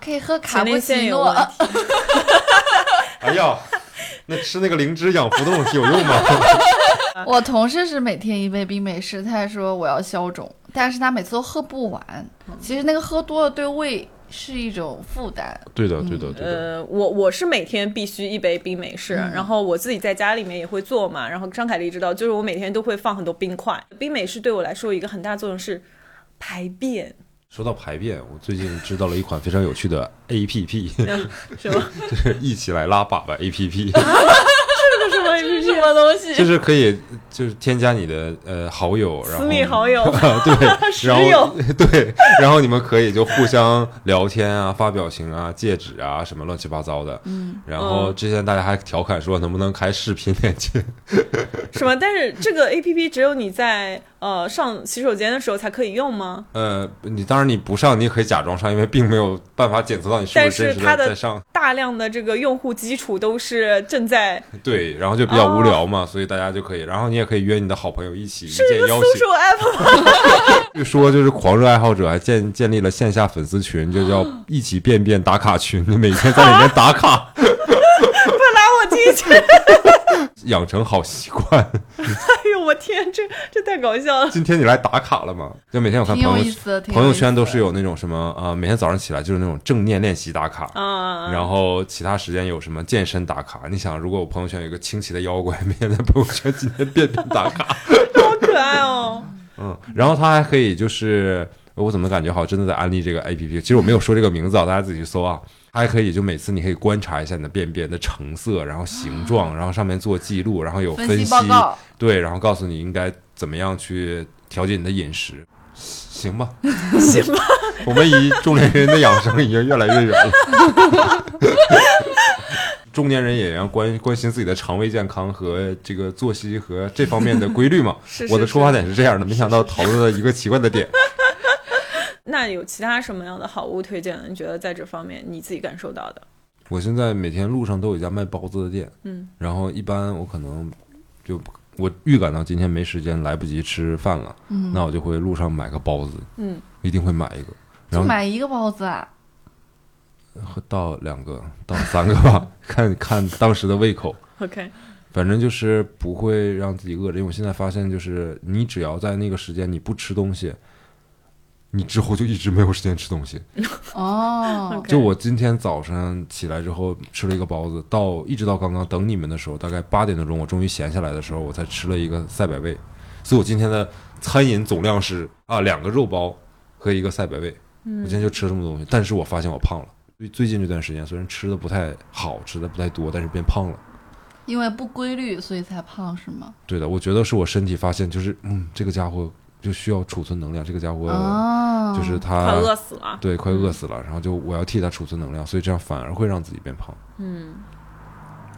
[SPEAKER 2] 可以喝卡
[SPEAKER 3] 前
[SPEAKER 2] 布
[SPEAKER 3] 列腺
[SPEAKER 2] 奇
[SPEAKER 3] 有
[SPEAKER 2] 诺，
[SPEAKER 3] 问
[SPEAKER 2] 啊
[SPEAKER 3] 题，
[SPEAKER 1] 哎呀，那吃那个灵芝养浮动有用吗？
[SPEAKER 2] 我同事是每天一杯冰美式，他还说我要消肿，但是他每次都喝不完。
[SPEAKER 3] 嗯
[SPEAKER 2] 其实那个喝多了对胃是一种负担。
[SPEAKER 1] 对的，对的，对的。
[SPEAKER 3] 呃，我我是每天必须一杯冰美式，
[SPEAKER 2] 嗯
[SPEAKER 3] 然后我自己在家里面也会做嘛。然后张凯丽知道，就是我每天都会放很多冰块。冰美式对我来说有一个很大作用是排 便，
[SPEAKER 1] 说到排便，我最近知道了一款非常有趣的 A P P，
[SPEAKER 3] 是吗？
[SPEAKER 1] 就是一起来拉粑粑 A P P，
[SPEAKER 3] 这是什么 APP？
[SPEAKER 2] 什么东西？
[SPEAKER 1] 就是可以就是添加你的呃好友，然后
[SPEAKER 3] 私密好友
[SPEAKER 1] 对，
[SPEAKER 3] 室
[SPEAKER 1] 然后
[SPEAKER 3] 友
[SPEAKER 1] 对，然后你们可以就互相聊天啊，发表情啊，戒指啊，什么乱七八糟的。嗯，然后之前大家还调侃说能不能开视频连接，
[SPEAKER 3] 是吗？但是这个 A P P 只有你在呃上洗手间的时候才可以用吗？
[SPEAKER 1] 呃，你当然你不上，你也可以假装上，因为并没有办法检测到你是不
[SPEAKER 3] 但
[SPEAKER 1] 是真
[SPEAKER 3] 是
[SPEAKER 1] 实
[SPEAKER 3] 它
[SPEAKER 1] 的在
[SPEAKER 3] 的
[SPEAKER 1] 上。
[SPEAKER 3] 大量的这个用户基础都是正在
[SPEAKER 1] 对，然后就比较无聊嘛，所以大家就可以，然后你也可以约你的好朋友一起一
[SPEAKER 3] 这
[SPEAKER 1] 键
[SPEAKER 3] 个
[SPEAKER 1] 邀
[SPEAKER 3] 搜
[SPEAKER 1] 请。
[SPEAKER 3] 索 app 吗
[SPEAKER 1] 据说就是狂热爱好者还建建立了线下粉丝群，就 叫“一起便便打卡群”，每天在里面打卡，
[SPEAKER 3] 拉我哎进 去。
[SPEAKER 1] 养成好习惯。
[SPEAKER 3] 哎呦，我天，这这太搞笑了！
[SPEAKER 1] 今天你来打卡了吗？就每天我看
[SPEAKER 2] 挺有
[SPEAKER 1] 朋友
[SPEAKER 2] 意思的挺有
[SPEAKER 1] 朋友
[SPEAKER 2] 意思
[SPEAKER 1] 圈
[SPEAKER 2] 的
[SPEAKER 1] 都是有那种什么啊、呃每天早上起来就是那种正念练习打卡。
[SPEAKER 2] 嗯
[SPEAKER 3] 啊，
[SPEAKER 1] 然后其他时间有什么健身打卡？你想，如果我朋友圈有一个清奇的妖怪，每天在朋友圈今天便便打 卡，
[SPEAKER 3] 好可爱哦。
[SPEAKER 1] 嗯，然后他还可以就是，呃我怎么感觉好像真的在安利这个 APP？其实我没有说这个名字啊，大家自己去搜啊。它还可以就每次你可以观察一下你的便便的成色，然后形状，然后上面做记录，然后有
[SPEAKER 2] 啊分
[SPEAKER 1] 析，
[SPEAKER 2] 析报告
[SPEAKER 1] 对，然后告诉你应该怎么样去调节你的饮食。行吧，
[SPEAKER 3] 行吧，
[SPEAKER 1] 我们离中年人的养生已经越来越远了。中年人也要关关心自己的肠胃健康和这个作息和这方面的规律嘛。
[SPEAKER 3] 是
[SPEAKER 1] 我的
[SPEAKER 3] 是
[SPEAKER 1] 出发点是这样的，没想到讨论了一个奇怪的 点。
[SPEAKER 3] 那有其他什么样的好物推荐呢？你觉得在这方面你自己感受到的？
[SPEAKER 1] 我现在每天路上都有一家卖包子的店，嗯，然后一般我可能就我预感到今天没时间，来不及吃饭了，嗯，那我就会路上买个包子，
[SPEAKER 3] 嗯，
[SPEAKER 1] 一定会买一个，然
[SPEAKER 2] 就
[SPEAKER 1] 后
[SPEAKER 2] 买一个包子 啊，
[SPEAKER 1] 到两个到三个吧， 看看当时的胃口，
[SPEAKER 3] OK，
[SPEAKER 1] 反正就是不会让自己饿着，因为我现在发现就是你只要在那个时间你不吃东西。你之后就一直没有时间吃东西。
[SPEAKER 2] 哦
[SPEAKER 3] OK
[SPEAKER 1] 就我今天早上起来之后吃了一个包子，到一直到刚刚等你们的时候，大概八点多钟，我终于闲下来的时候，我才吃了一个赛百味。所以我今天的餐饮总量是啊，两个肉包和一个赛百味。我
[SPEAKER 3] 嗯
[SPEAKER 1] 今天就吃了这么多东西，但是我发现我胖了。最最近这段时间，虽然吃的不太好，吃的不太多，但是变胖了。
[SPEAKER 2] 因为不规律，所以才胖是吗？
[SPEAKER 1] 对的，我觉得是我身体发现，就是嗯，这个家伙就需要储存能量，这个家伙
[SPEAKER 2] 哦，
[SPEAKER 1] 就是他、
[SPEAKER 3] 快饿死了。啊
[SPEAKER 1] 对，快饿死了，然后就我要替他储存能量，所以这样反而会让自己变胖。
[SPEAKER 3] 嗯，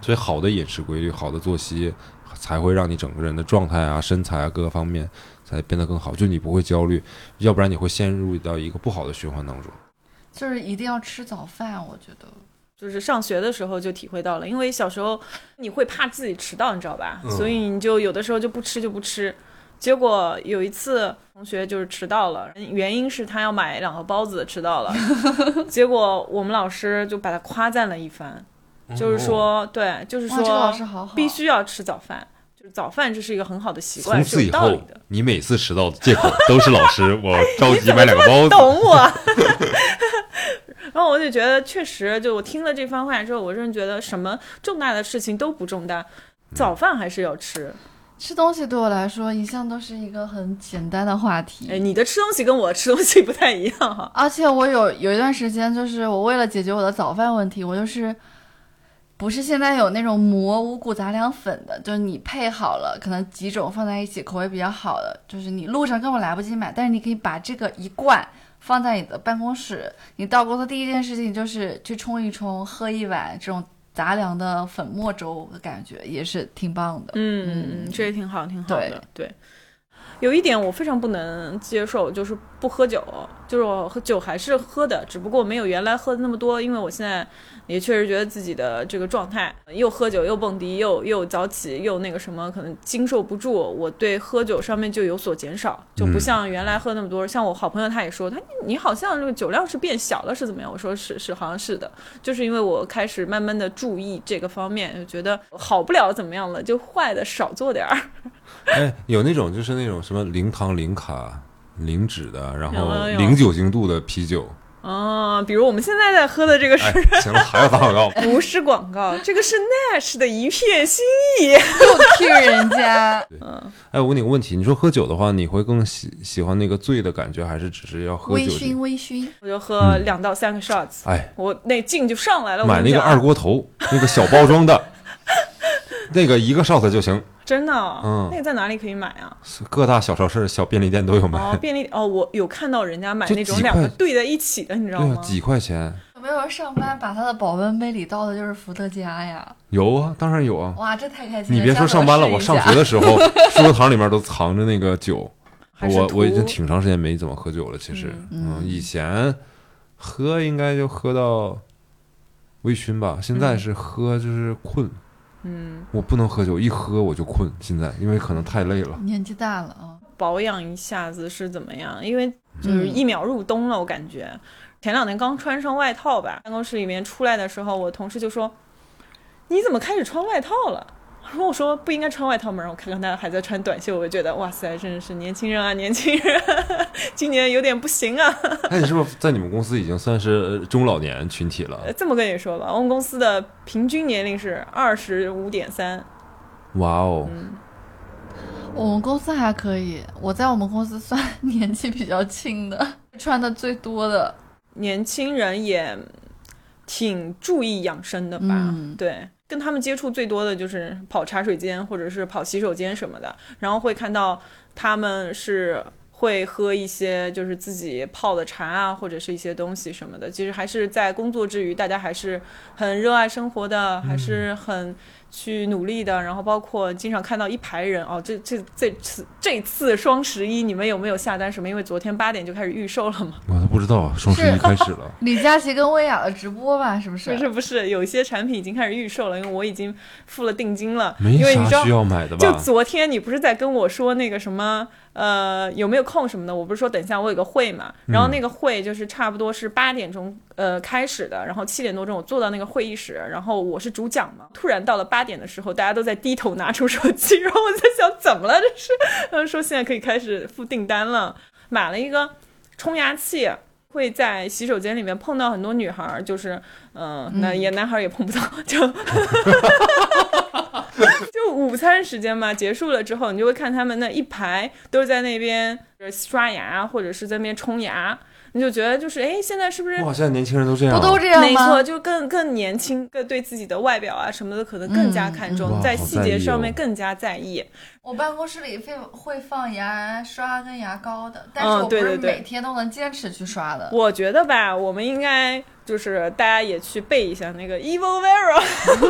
[SPEAKER 1] 所以好的饮食规律、好的作息，才会让你整个人的状态啊、身材啊各个方面才变得更好。就你不会焦虑，要不然你会陷入到一个不好的循环当中。
[SPEAKER 2] 就是一定要吃早饭，我觉得。
[SPEAKER 3] 就是上学的时候就体会到了，因为小时候你会怕自己迟到，你知道
[SPEAKER 1] 嗯
[SPEAKER 3] 吧？所以你就有的时候就不吃就不吃。结果有一次同学就是迟到了，原因是他要买两个包子迟 到了，结果我们老师就把他夸赞了一番，就是
[SPEAKER 1] 哦
[SPEAKER 3] 说对，就是
[SPEAKER 2] 哇，这个老
[SPEAKER 3] 说
[SPEAKER 2] 师好啊好，
[SPEAKER 3] 必须要吃早饭，就是早饭这是一个很好的习
[SPEAKER 1] 从
[SPEAKER 3] 惯，
[SPEAKER 1] 此
[SPEAKER 3] 是
[SPEAKER 1] 以
[SPEAKER 3] 有道
[SPEAKER 1] 后
[SPEAKER 3] 理 的。，
[SPEAKER 1] 你每次迟到的借口都是老师， 我着急买两个包子。
[SPEAKER 3] 懂我。 然后我就觉得，确实，就我听了这番话之后，我真的觉得什么重大的事情都不重大，
[SPEAKER 1] 嗯
[SPEAKER 3] 早饭还是要吃。
[SPEAKER 2] 吃东西对我来说一向都是一个很简单的话题。
[SPEAKER 3] 哎，你的吃东西跟我吃东西不太一样哈。
[SPEAKER 2] 而且我有有一段时间，就是我为了解决我的早饭问题，我就是不是现在有那种磨五谷杂粮粉的，就是你配好了，可能几种放在一起，口味比较好的，就是你路上根本来不及买，但是你可以把这个一罐放在你的办公室，你到公司第一件事情就是去冲一冲，喝一碗这种杂粮的粉末粥的感觉，也是挺棒的。
[SPEAKER 3] 嗯，这也挺好，挺好的。对，有一点我非常不能接受，就是不喝酒。就是我喝酒还是喝的，只不过没有原来喝的那么多，因为我现在也确实觉得自己的这个状态，又喝酒又蹦迪又又早起又那个什么，可能经受不住。我对喝酒上面就有所减少，就不像原来喝那么多。像我好朋友他也说，他你好像这个酒量是变小了，是怎么样？我说是是，好像是的，就是因为我开始慢慢的注意这个方面，就觉得好不了怎么样了，就坏的少做点儿。
[SPEAKER 1] 哎，有那种就是那种什么零糖零卡。零脂的，然后
[SPEAKER 3] 有有有
[SPEAKER 1] 零酒精度的啤酒。
[SPEAKER 3] 哦，比如我们现在在喝的这 个是、。
[SPEAKER 1] 哎，行了，还要打广告
[SPEAKER 3] 不是广 告，这个是 Nash 的一片心意。
[SPEAKER 2] 又 Q 人 家，
[SPEAKER 1] 哎，我问你个问题，你说喝酒的话，你会更喜喜欢那个醉的感觉，还是只是要喝
[SPEAKER 2] 微
[SPEAKER 1] 酒
[SPEAKER 2] 醺
[SPEAKER 1] 精？
[SPEAKER 2] 微醺，
[SPEAKER 3] 我就喝两到三个 shots，、
[SPEAKER 1] 哎，
[SPEAKER 3] 我那劲就上来了。
[SPEAKER 1] 嗯买
[SPEAKER 3] 我跟
[SPEAKER 1] 那
[SPEAKER 3] 你
[SPEAKER 1] 个
[SPEAKER 3] 讲
[SPEAKER 1] 二锅头，那个小包装的，那个一个 shot 就行，
[SPEAKER 3] 真的哦，
[SPEAKER 1] 嗯
[SPEAKER 3] 那个在哪里可以买啊？
[SPEAKER 1] 各大小超市、小便利店都有卖。
[SPEAKER 3] 哦，便利哦，我有看到人家买
[SPEAKER 1] 就
[SPEAKER 3] 那种
[SPEAKER 1] 几
[SPEAKER 3] 两个
[SPEAKER 1] 块
[SPEAKER 3] 兑在一起的，你知道
[SPEAKER 1] 对啊，
[SPEAKER 3] 吗？
[SPEAKER 1] 几块钱
[SPEAKER 2] 有没有人上班把他的保温杯里倒的就是伏特加呀？
[SPEAKER 1] 有啊，当然有啊。
[SPEAKER 2] 哇，这太开心了！
[SPEAKER 1] 你别说
[SPEAKER 2] 哦下次
[SPEAKER 1] 上班了，
[SPEAKER 2] 试一
[SPEAKER 1] 我上
[SPEAKER 2] 下
[SPEAKER 1] 学的时候，书桌堂里面都藏着那个酒。
[SPEAKER 3] 还是
[SPEAKER 1] 我我已经
[SPEAKER 3] 图
[SPEAKER 1] 挺长时间没怎么喝酒了，其实，嗯，以前喝应该就喝到微醺吧，现在是喝就是困，
[SPEAKER 3] 嗯
[SPEAKER 1] 我不能喝酒，一喝我就困，现在因为可能太累 了。
[SPEAKER 2] 年纪大了啊，
[SPEAKER 3] 保养一下子是怎么样？因为就是一秒入冬了，我感觉前两天刚穿上外套吧，办公室里面出来的时候，我同事就说：“你怎么开始穿外套了？”然后我说不应该穿外套嘛，然后我看看他还在穿短袖，我就觉得哇塞，真的是年轻人啊， 年轻人，今年有点不行啊。
[SPEAKER 1] 那哎你是不是在你们公司已经算是呃中老年群体了
[SPEAKER 3] 呃？这么跟你说吧，我们公司的平均年龄是二十五点三，
[SPEAKER 1] 哇哦，
[SPEAKER 3] 嗯
[SPEAKER 2] 我们公司还可以，我在我们公司算 年纪比较轻的，穿的最多的。
[SPEAKER 3] 年轻人也挺注意养生的吧？
[SPEAKER 2] 嗯
[SPEAKER 3] 对，跟他们接触最多的就是跑茶水间或者是跑洗手间什么的，然后会看到他们是。会喝一些就是自己泡的茶啊，或者是一些东西什么的。其实还是在工作之余，大家还是很热爱生活的，还是很去努力的。然后包括经常看到一排人哦，这这这次这次双十一你们有没有下单什么？因为昨天八点就开始预售了嘛。
[SPEAKER 1] 我都不知道啊双十一
[SPEAKER 2] 是。
[SPEAKER 1] 开始了
[SPEAKER 2] 李佳琦跟薇娅的直播吧，是不是？
[SPEAKER 3] 不是不是，有一些产品已经开始预售了，因为我已经付了定金了。
[SPEAKER 1] 没
[SPEAKER 3] 因为你知
[SPEAKER 1] 啥
[SPEAKER 3] 道
[SPEAKER 1] 需，要买的
[SPEAKER 3] 就
[SPEAKER 1] 吧？
[SPEAKER 3] 昨天你不是在跟我说那个什么呃有没有空什么的？我不是说等一下我有个会嘛，然
[SPEAKER 1] 嗯
[SPEAKER 3] 后那个会就是差不多是八点钟呃开始的，然后七点多钟我坐到那个会议室，然后我是主讲嘛。突然到了八点的时候，大家都在低头拿出手机，然后我在想怎么了这是？然后说现在可以开始付订单了，买了一个冲牙器。会在洗手间里面碰到很多女孩儿，就是，嗯、那也男孩儿也碰不到， 就就午餐时间嘛，结束了之后，你就会看他们那一排都是在那边呃刷牙，或者是在那边冲牙，你就觉得就是哎，现在是不是？
[SPEAKER 1] 哇，现在年轻人都这样
[SPEAKER 2] 不
[SPEAKER 1] 啊，
[SPEAKER 2] 都这样吗？
[SPEAKER 3] 没错，就更更年轻，更对自己的外表啊什么的可能更加看重，
[SPEAKER 1] 嗯嗯
[SPEAKER 3] 在
[SPEAKER 1] 哇好
[SPEAKER 3] 细
[SPEAKER 1] 在意
[SPEAKER 3] 节
[SPEAKER 1] 哦
[SPEAKER 3] 上面更加在意。
[SPEAKER 2] 我办公室里会会放牙刷跟牙膏的，但是
[SPEAKER 3] 嗯
[SPEAKER 2] 我不
[SPEAKER 3] 对
[SPEAKER 2] 是
[SPEAKER 3] 对对
[SPEAKER 2] 每天都能坚持去刷的。
[SPEAKER 3] 我觉得吧，我们应该就是大家也去背一下那个 Evil Vera 口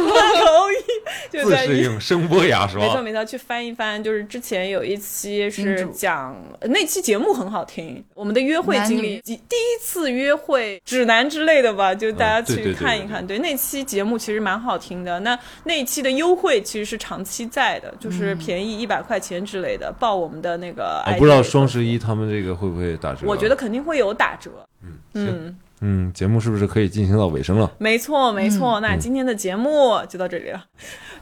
[SPEAKER 3] 语，E，就
[SPEAKER 1] 自
[SPEAKER 3] 在
[SPEAKER 1] 适应声波牙
[SPEAKER 3] 没错
[SPEAKER 1] 刷。
[SPEAKER 3] 没错，去翻一翻，就是之前有一期是
[SPEAKER 2] 金主
[SPEAKER 3] 讲呃那期节目很好听，我们的约会经
[SPEAKER 2] 男
[SPEAKER 3] 历，
[SPEAKER 2] 女
[SPEAKER 3] 第第一次约会指南之类的吧，就大家
[SPEAKER 1] 嗯对
[SPEAKER 3] 去
[SPEAKER 1] 对对
[SPEAKER 3] 看一看。对那期节目其实蛮好听的，那那一期的优惠其实是长期在的，
[SPEAKER 2] 嗯
[SPEAKER 3] 就是便宜一百块钱之类的，报我们的那个 ID。
[SPEAKER 1] 我不知道双十一他们这个会不会打折啊？
[SPEAKER 3] 我觉得肯定会有打折。
[SPEAKER 1] 行，
[SPEAKER 3] 嗯，
[SPEAKER 1] 嗯，节目是不是可以进行到尾声了？
[SPEAKER 3] 没错没错。那今天的节目就到这里了，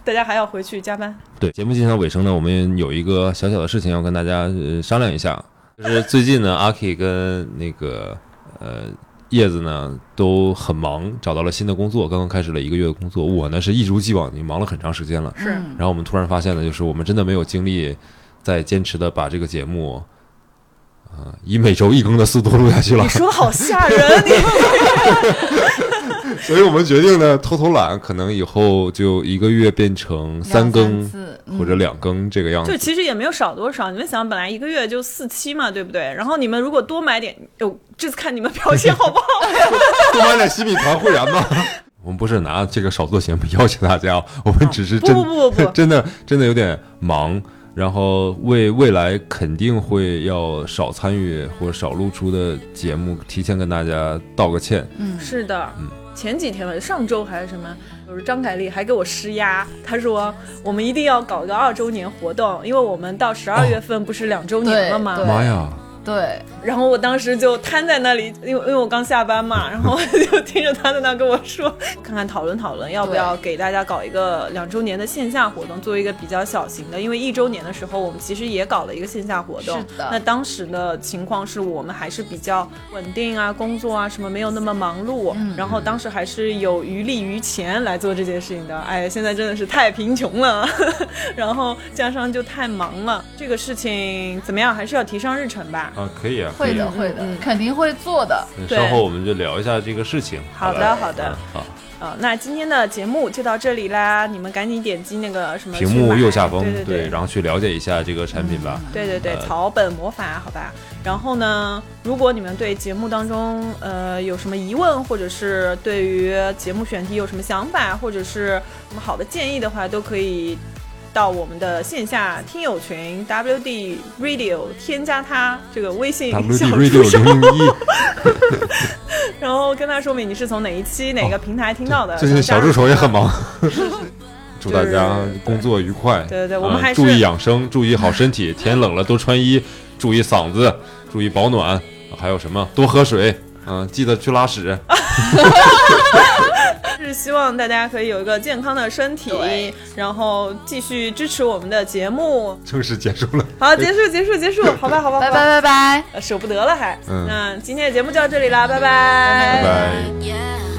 [SPEAKER 3] 大家还要回去加班。
[SPEAKER 1] 对，节目进行到尾声呢，我们有一个小小的事情要跟大家、呃、商量一下，就是最近呢，阿 K 跟那个呃叶子呢都很忙，找到了新的工作，刚刚开始了一个月的工作。我呢是一如既往，已经忙了很长时间了。
[SPEAKER 3] 是
[SPEAKER 2] 嗯
[SPEAKER 1] 然后我们突然发现呢，就是我们真的没有精力再坚持的把这个节目，呃，以每周一更的速度录下去了
[SPEAKER 3] 你。 说的好吓 人，你
[SPEAKER 1] 所以我们决定呢，偷偷懒，可能以后就一个月变成
[SPEAKER 2] 两三
[SPEAKER 1] 更嗯
[SPEAKER 2] 次嗯
[SPEAKER 1] 或者两更这个样
[SPEAKER 3] 就
[SPEAKER 1] 子。
[SPEAKER 3] 其实也没有少多少。你们想，本来一个月就四期嘛，对不对？然后你们如果多买点，有这次看你们表现好不好？
[SPEAKER 1] 多买点西米团会员吧。 我们不是拿这个少做节目要求大家， 我们只是
[SPEAKER 3] 不
[SPEAKER 1] 真、
[SPEAKER 3] 不不不 不
[SPEAKER 1] 真的真的有点忙，然后为未来肯定会要少参与或者少露出的节目，提前跟大家道个歉。
[SPEAKER 3] 是的，前几天吧，上周还是什么，就是张凯丽还给我施压，他说我们一定要搞一个二周年活动，因为我们到十二月份不是两周年了吗？
[SPEAKER 2] 对
[SPEAKER 1] 妈呀，
[SPEAKER 2] 对，
[SPEAKER 3] 然后我当时就瘫在那里，因为因为我刚下 班嘛，然后就听着他在那跟我说， 看看讨论讨论，要不要给大家搞一个两周年的线下活动，做一个比较小型的，因为一周年的时候我们其实也搞了一个线下活动。
[SPEAKER 2] 是的
[SPEAKER 3] 那当时的情况是我们还是比较稳定啊，工作啊什么没有那么忙碌，
[SPEAKER 2] 嗯
[SPEAKER 3] 然后当时还是有余力余钱来做这件事情的。哎呀，现在真的是太贫穷了。 然后加上就太忙了，这个事情怎么样？还是要提上日程吧。
[SPEAKER 1] 啊，可以啊，
[SPEAKER 2] 会的
[SPEAKER 1] 可以啊
[SPEAKER 2] 会的
[SPEAKER 3] 嗯，
[SPEAKER 2] 肯定会做的。
[SPEAKER 1] 那
[SPEAKER 3] 对
[SPEAKER 1] 稍后我们就聊一下这个事情。
[SPEAKER 3] 好的
[SPEAKER 1] 吧
[SPEAKER 3] 好的
[SPEAKER 1] 嗯好。
[SPEAKER 3] 啊、那今天的节目就到这里啦，你们赶紧点击那个什么
[SPEAKER 1] 屏
[SPEAKER 3] 去
[SPEAKER 1] 幕
[SPEAKER 3] 买
[SPEAKER 1] 右下方，
[SPEAKER 3] 对对嗯
[SPEAKER 1] 然后去了解一下这个产品吧。
[SPEAKER 3] 对对对，
[SPEAKER 1] 呃
[SPEAKER 3] 草本魔法，好吧。然后呢，如果你们对节目当中呃有什么疑问，或者是对于节目选题有什么想法，或者是什么好的建议的话，都可以到我们的线下听友群 WD Radio 添加他这个微信
[SPEAKER 1] WD
[SPEAKER 3] 小助
[SPEAKER 1] Radio
[SPEAKER 3] 手，
[SPEAKER 1] 零 零一，
[SPEAKER 3] 然后跟他说明你是从哪一期哪个平台听到的。
[SPEAKER 1] 哦最近
[SPEAKER 3] 然后加
[SPEAKER 1] 小
[SPEAKER 3] 入
[SPEAKER 1] 助手也很 忙。 祝
[SPEAKER 3] 就
[SPEAKER 1] 大
[SPEAKER 3] 是
[SPEAKER 1] 家工作愉快。
[SPEAKER 3] 对对对我们
[SPEAKER 1] 呃
[SPEAKER 3] 还是
[SPEAKER 1] 注意养生，注意好身 体。天冷了多穿衣，注意嗓子，注意保暖。啊还有什么？多喝水。嗯、记得去拉屎。
[SPEAKER 3] 是希望大家可以有一个健康的身体
[SPEAKER 2] 对，
[SPEAKER 3] 然后继续支持我们的节目。
[SPEAKER 1] 正式结束了，
[SPEAKER 3] 好，结束，结束，结束，好吧，好吧，
[SPEAKER 2] 拜
[SPEAKER 3] 好
[SPEAKER 2] 拜拜
[SPEAKER 3] 吧，
[SPEAKER 2] 拜。
[SPEAKER 3] 呃舍不得了还。
[SPEAKER 1] 嗯
[SPEAKER 3] 那今天的节目就到这里啦，拜拜
[SPEAKER 1] 拜拜。
[SPEAKER 4] Yeah.